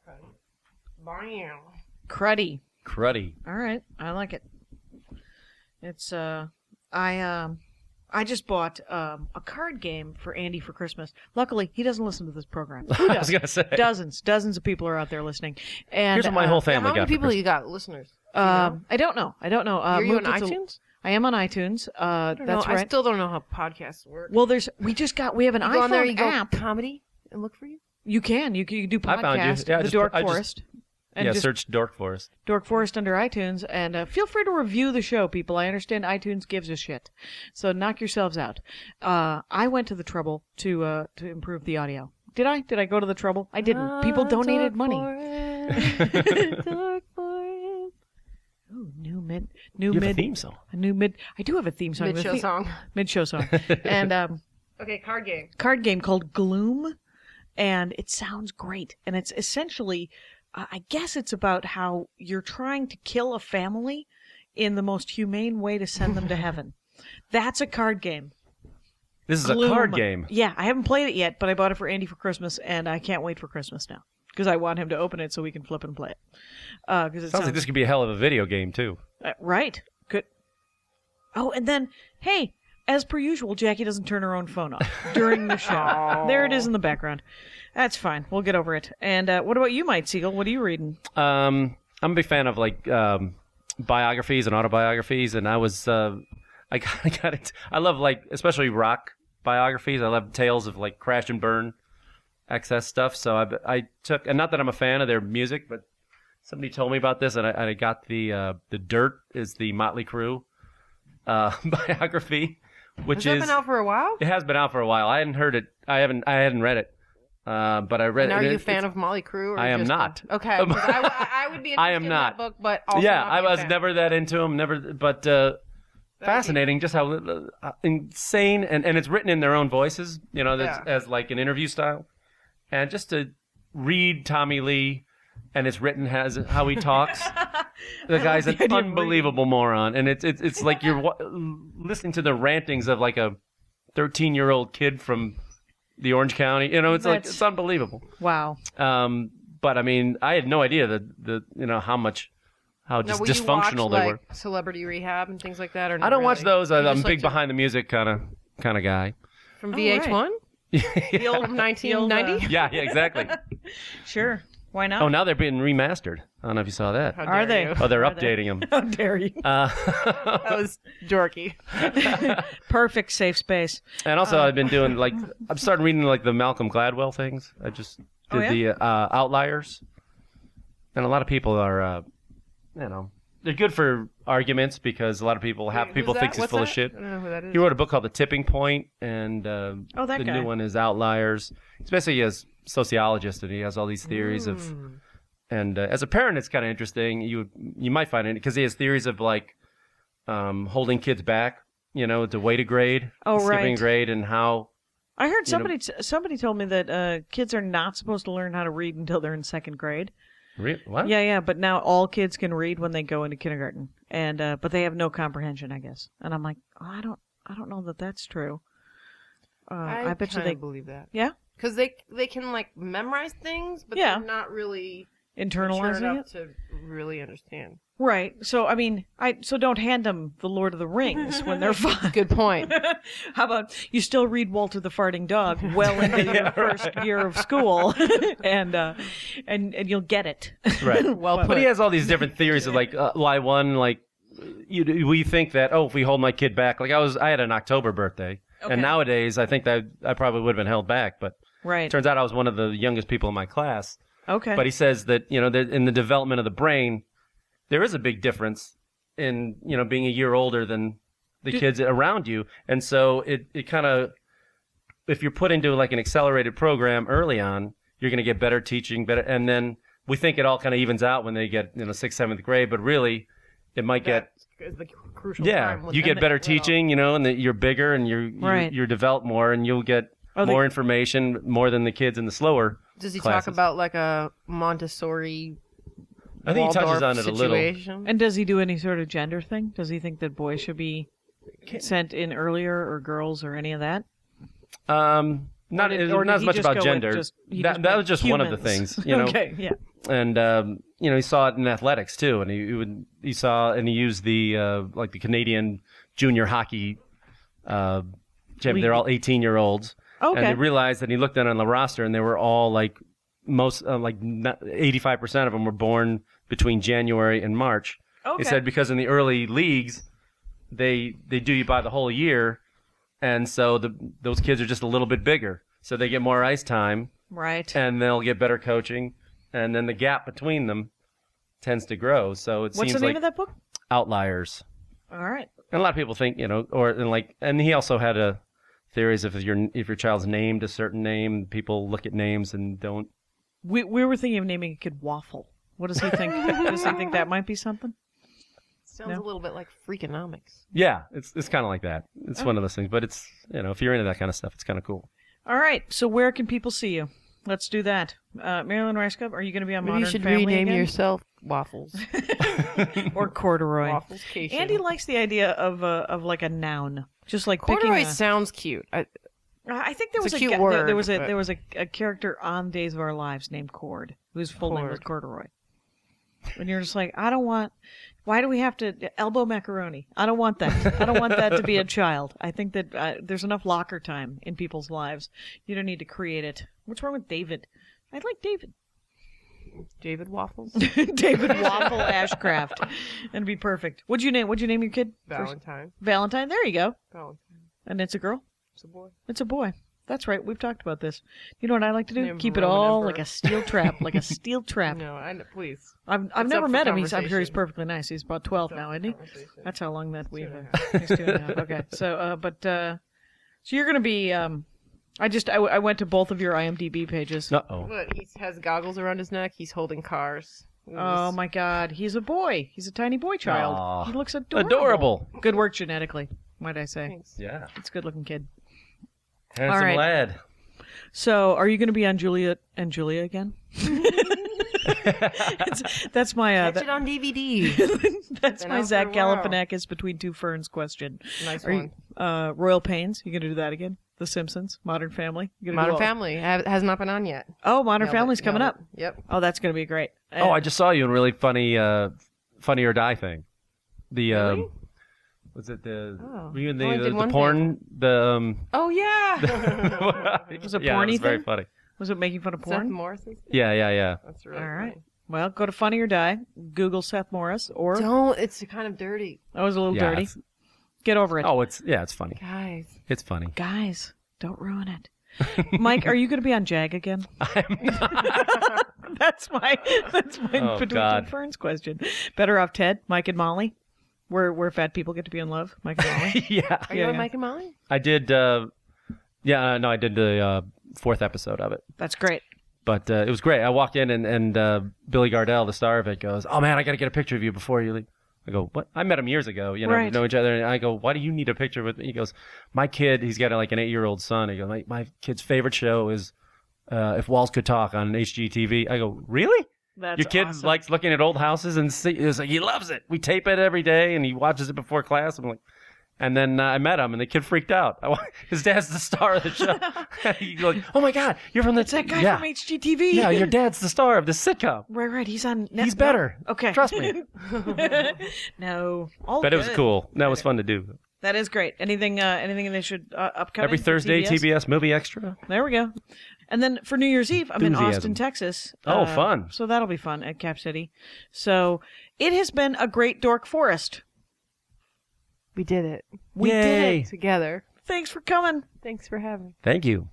D: Cruddy. Bam.
B: Cruddy.
C: Cruddy.
B: All right, I like it. It's uh, I um, I just bought um a card game for Andy for Christmas. Luckily, he doesn't listen to this program. Who
C: I was
B: does?
C: gonna say.
B: dozens, dozens of people are out there listening. And
C: Here's what my
B: uh,
C: whole
D: Now,
C: family
D: how many
C: got. for
D: people
C: Christmas.
D: you got, listeners? Uh,
B: Um, I don't know. I don't know. Uh,
D: Are you on
B: moved it to-
D: iTunes?
B: I am on iTunes. Uh,
D: I don't
B: that's
D: know.
B: right.
D: I still don't know how podcasts work.
B: well, there's we just got we have an
D: You
B: iPhone
D: go on there, you go
B: app.
D: comedy and look for you.
B: You can you can, you can do
C: I found you.
B: podcast
C: Yeah,
B: the
C: I just-
B: Dork
C: I just-
B: Forest. and
C: yeah,
B: just
C: search Dork Forest.
B: Dork Forest under iTunes, and uh, feel free to review the show, people. I understand iTunes gives a shit, so knock yourselves out. Uh, I went to the trouble to uh, to improve the audio. Did I? Did I go to the trouble? I
D: Ah,
B: didn't. People donated money. Ooh, new mid, new
C: You have a
B: mid,
C: theme song.
B: a new mid. I do have a theme song.
D: Mid-show song.
B: Mid show song, and um,
D: Okay, card game.
B: card game called Gloom, and it sounds great. And it's essentially, uh, I guess it's about how you're trying to kill a family in the most humane way to send them to heaven. That's a card game.
C: This is a
B: Gloom.
C: card game.
B: Yeah, I haven't played it yet, but I bought it for Andy for Christmas, and I can't wait for Christmas now. because I want him to open it so we can flip and play it. Because it
C: Sounds like this could be a hell of a video game too.
B: uh, right. Good. Oh, and then hey, as per usual, Jackie doesn't turn her own phone off during the show. there it is in the background. That's fine. We'll get over it. And uh, what about you, Mike Siegel? What are you reading?
C: Um, I'm a big fan of like um, biographies and autobiographies, and I was uh, I got, I got it. I love like especially rock biographies. I love tales of like crash and burn, excess stuff. So I I took and not that I'm a fan of their music, but somebody told me about this, and I, and I got the uh, the Dirt is the Motley Crue uh, biography, which
D: Has that
C: is
D: been out for a while?
C: it has been out for a while. I hadn't heard it. I haven't. I hadn't read it. Uh, but I read
D: And
C: it.
D: are
C: It-
D: you a
C: it's-
D: fan of Molly Crew? Or
C: I am
D: just-
C: not.
D: Okay. 'cause I, I- I would be interested
C: I am
D: in
C: not.
D: that book, but also
C: yeah,
D: not
C: I
D: be a
C: was
D: fan.
C: never that into him. Never, but uh, fascinating just how uh, insane and, and it's written in their own voices. You know, that's,
D: Yeah.
C: as like an interview style, and just to read Tommy Lee, and it's written as how he talks. the guy's an
B: idea of
C: unbelievable moron, and it's it's it's like you're wa- listening to the rantings of like a thirteen year old kid from the Orange County. You know, it's like
B: That's-
C: it's unbelievable.
B: Wow.
C: Um, but I mean, I had no idea that the you know how much how
D: Now,
C: just
D: will you watch,
C: dysfunctional they
D: like,
C: were.
D: Celebrity Rehab and things like that, or
C: I
D: not
C: don't watch
D: really?
C: those. I,
D: You
C: I'm
D: just like
C: big
D: to-
C: behind the music kind of kind of guy.
D: from
B: Oh,
D: VH1
B: The old
D: from
B: the old, uh,
D: 1990.
C: Yeah, yeah, exactly.
B: Sure. Why not?
C: oh, now they're being remastered. I don't know if you saw that.
D: How Oh,
B: Are
D: dare
B: they?
D: you.
C: Oh, they're
B: Are they?
C: updating them.
B: How dare you?
C: Uh,
D: That was dorky.
B: Perfect safe space.
C: and also,
D: uh.
C: I've been doing like I'm starting reading like the Malcolm Gladwell things. I just did
B: Oh, yeah?
C: the uh, Outliers, and a lot of people are, uh, you know, they're good for arguments because a lot of people half
D: Who's
C: people
D: that?
C: thinks he's
D: What's
C: full of
D: that?
C: shit.
D: I don't know who that is.
C: He wrote a book called The Tipping Point, and uh,
B: Oh, that
C: the
B: guy.
C: new one is Outliers. He's basically a sociologist, and he has all these theories
B: Hmm.
C: of.
D: Hmm.
C: And uh, as a parent, it's kind of interesting. You you might find it because he has theories of like um, holding kids back, you know, to way to grade,
B: Oh,
C: skipping
B: right.
C: grade, and how.
B: I heard
C: know-
B: somebody t- somebody told me that uh, kids are not supposed to learn how to read until they're in second grade.
C: Re- what?
B: Yeah, yeah, but now all kids can read when they go into kindergarten, and uh, but they have no comprehension, I guess. And I'm like, oh, I don't, I don't know that that's true. Uh, I,
D: I,
B: bet you
D: kinda
B: they,
D: believe that
B: yeah,
D: because they they can like memorize things, but
B: Yeah.
D: they're not really mature
B: internalizing
D: enough
B: it,
D: to really understand.
B: right? So I mean, I so don't hand them the Lord of the Rings when they're five.
D: Good point.
B: How about you still read Walter the Farting Dog well into your first year of school, and uh, and and you'll get it.
C: Right.
B: well
C: But
B: put.
C: he has all these different theories of like uh, lie one, like you, we think that oh, if we hold my kid back, like I was, I had an October birthday,
B: Okay.
C: and nowadays I think that I probably would have been held back, but
B: Right.
C: turns out I was one of the youngest people in my class.
B: okay.
C: But he says that you know that in the development of the brain, there is a big difference in you know being a year older than the kids around you, and so it it kind of if you're put into like an accelerated program early on, you're going to get better teaching, better, and then we think it all kind of evens out when they get you know sixth, seventh grade, but really. It might get
D: Is the crucial
C: yeah.
D: time when
C: You
D: they're
C: get better
D: little.
C: teaching, you know, and that you're bigger and you're you're,
B: Right.
C: you're developed more, and you'll get
B: Oh, they-
C: more information, more than the kids in the slower.
D: Does he
C: classes.
D: talk about like a Montessori?
C: I think he touches on
D: Waldorf
C: it a little.
D: situation?
B: And does he do any sort of gender thing? Does he think that boys should be sent in earlier or girls or any of that?
C: Um, not
B: did-
C: or,
B: or
C: not
B: did
C: as
B: he
C: much
B: just
C: about
B: go with
C: gender.
B: just- he
C: that,
B: just
C: that
B: went
C: was just one of the
B: humans?
C: things, you know.
B: okay, yeah.
C: And um, you know, he saw it in athletics too, and he, he would he saw and he used the uh, like the Canadian junior hockey. Uh, champ- they're all eighteen year olds, and
B: Okay.
C: they realized that he looked down on the roster, and they were all like most uh, like eighty five percent of them were born between January and March.
B: Okay.
C: He said because in the early leagues, they they do you by the whole year, and so the those kids are just a little bit bigger, so they get more ice time,
B: right.
C: and they'll get better coaching, and then the gap between them tends to grow. So it
B: What's
C: seems
B: the name
C: like
B: of that book?
C: outliers,
B: All right.
C: and a lot of people think you know, or and like, and he also had a theories if your if your child's named a certain name, people look at names and don't.
B: We we were thinking of naming a kid Waffle. What does he think? does he think that might be something?
D: Sounds a little bit like Freakonomics.
C: Yeah, it's it's kind of like that. It's
B: Oh.
C: one of those things, but it's you know, if you're into that kind of stuff, it's kind of cool.
B: All right. So where can people see you? Let's do that. Uh, Marilyn Rice Cup, are you going to be on
D: Maybe
B: Modern
D: you should
B: Family
D: rename
B: again?
D: yourself Waffles.
B: or Corduroy?
D: Waffles Cation.
B: Andy likes the idea of a, of like a noun, just like picking
D: Corduroy
B: a-
D: sounds cute. I,
B: Uh, I think there
D: It's
B: was
D: a
B: a,
D: cute
B: ga- there-
D: word,
B: There was a
D: but-
B: there was a, a character on Days of Our Lives named Cord, whose full name was Corduroy. And you're just like, I don't want. Why do we have to elbow macaroni? I don't want that. I don't want that to be a child. I think that uh, there's enough locker time in people's lives. You don't need to create it. What's wrong with David? I like David.
D: David Waffles.
B: David Waffle Ashcraft. That'd be perfect. What'd you name? What'd you name your kid?
D: Valentine.
B: Valentine. There you go.
D: Valentine.
B: And it's a girl.
D: It's a boy.
B: It's a boy. That's right. We've talked about this. You know what I like to do?
D: Name
B: Keep it
D: Roman
B: all
D: Emperor.
B: like a steel trap, like a steel trap.
D: No, I kn- please.
B: I've, I've
D: It's
B: never
D: up for
B: met him. He's, I'm sure he's
D: conversation.
B: perfectly nice. He's about 12
D: It's up
B: now,
D: for
B: isn't he?
D: conversation.
B: That's how long that we've.
D: and a
B: uh, He's two and a half. Okay. So, uh, but uh, so you're going to be. Um, I just I, w- I went to both of your IMDb pages.
C: Uh oh.
D: But he has goggles around his neck. He's holding cars. It
B: Oh
D: was-
B: my God, he's a boy. He's a tiny boy child.
C: Aw.
B: He looks adorable.
C: Adorable.
B: Good work genetically, might I say.
D: Thanks.
C: Yeah.
B: It's a good looking kid.
C: Handsome
B: right.
C: lad.
B: So, are you going to be on Juliet and Julia again? It's- that's my uh,
D: Catch it on DVD.
B: that- that's
D: Been
B: my
D: out for
B: Zach
D: a while.
B: Galifianakis between two ferns question.
D: nice
B: Are you,
D: one.
B: uh, Royal Pains? You going to do that again? The Simpsons, Modern Family. You gonna do
D: Modern
B: all-
D: Family ha- has not been on yet.
B: Oh, Modern
D: Nailed it,
B: Family's coming
D: nailed
B: up.
D: it. Yep.
B: Oh, that's going to be great.
C: Oh, I just saw you in a really funny, uh, funny or die thing. The um, was it the
D: Oh.
C: were you in the
D: I only
C: the,
D: did
C: the
D: one
C: porn the um.
D: Oh yeah.
C: it was
B: a
C: yeah,
B: porny
C: it was very
B: thing?
C: funny.
B: was it making fun of
D: Seth
B: porn?
D: Morrison.
C: Yeah, yeah, yeah.
D: That's really
B: All right.
D: funny.
B: Well, go to Funny or Die. Google Seth Morris, or
D: Don't. It's kind of dirty,
B: that was a little
C: Yeah,
B: dirty.
C: it's-
B: Get over it,
C: Oh, it's yeah, it's funny.
D: guys.
C: It's funny.
B: guys. Don't ruin it. Mike, are you going to be on Jag again?
C: I'm not-
B: That's my that's my
C: Oh,
B: between
C: God.
B: two ferns question. Better off Ted, Mike, and Molly, where where fat people get to be in love. Mike and Molly.
C: yeah,
D: Are you
B: Yeah,
D: on
B: yeah.
D: Mike and Molly?
C: I did. Uh, yeah, no, I did the uh, fourth episode of it.
B: That's great.
C: But uh, it was great. I walked in and, and uh, Billy Gardell, the star of it, goes, "Oh man, I got to get a picture of you before you leave." I go, "What? I met him years ago. You know, we
B: Right.
C: know each other." And I go, "Why do you need a picture with me?" He goes, "My kid. He's got like an eight-year-old son." He goes, "My, my kid's favorite show is uh, If Walls Could Talk on HGTV." I go, "Really?
B: That's
C: Your kid
B: awesome.
C: likes looking at old houses and see, he's like, he loves it. We tape it every day, and he watches it before class." I'm like. And then uh, I met him, and the kid freaked out. His dad's the star of the show. He's like, "Oh my god, you're from the
B: It's that guy
C: yeah.
B: from HGTV.
C: Yeah, your dad's the star of the sitcom.
B: right, right. He's on. Net-
C: He's better.
B: Okay.
C: Trust me.
B: no, all
C: But it was
B: good.
C: cool. That was fun to do.
B: That is great. Anything, uh, anything they should uh, upcoming
C: Every
B: for
C: Thursday,
B: TBS?
C: TBS movie extra.
B: There we go. And then for New Year's Eve, I'm in
C: Enthusiasm.
B: Austin, Texas. Uh,
C: Oh, fun.
B: So that'll be fun at Cap City. So it has been a great dork forest.
D: We did it
B: We
C: Yay.
B: did it.
D: together.
B: Thanks for coming.
D: Thanks for having. me.
C: Thank you.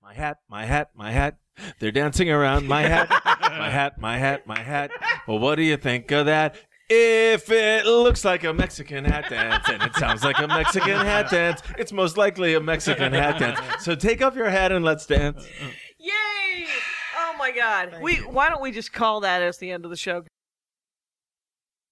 E: My hat, my hat, my hat. They're dancing around my hat, my hat, my hat, my hat. Well, what do you think of that? If it looks like a Mexican hat dance and it sounds like a Mexican hat dance, it's most likely a Mexican hat dance. So take off your hat and let's dance.
B: Yay! Oh my God. we why don't we just call that as the end of the show?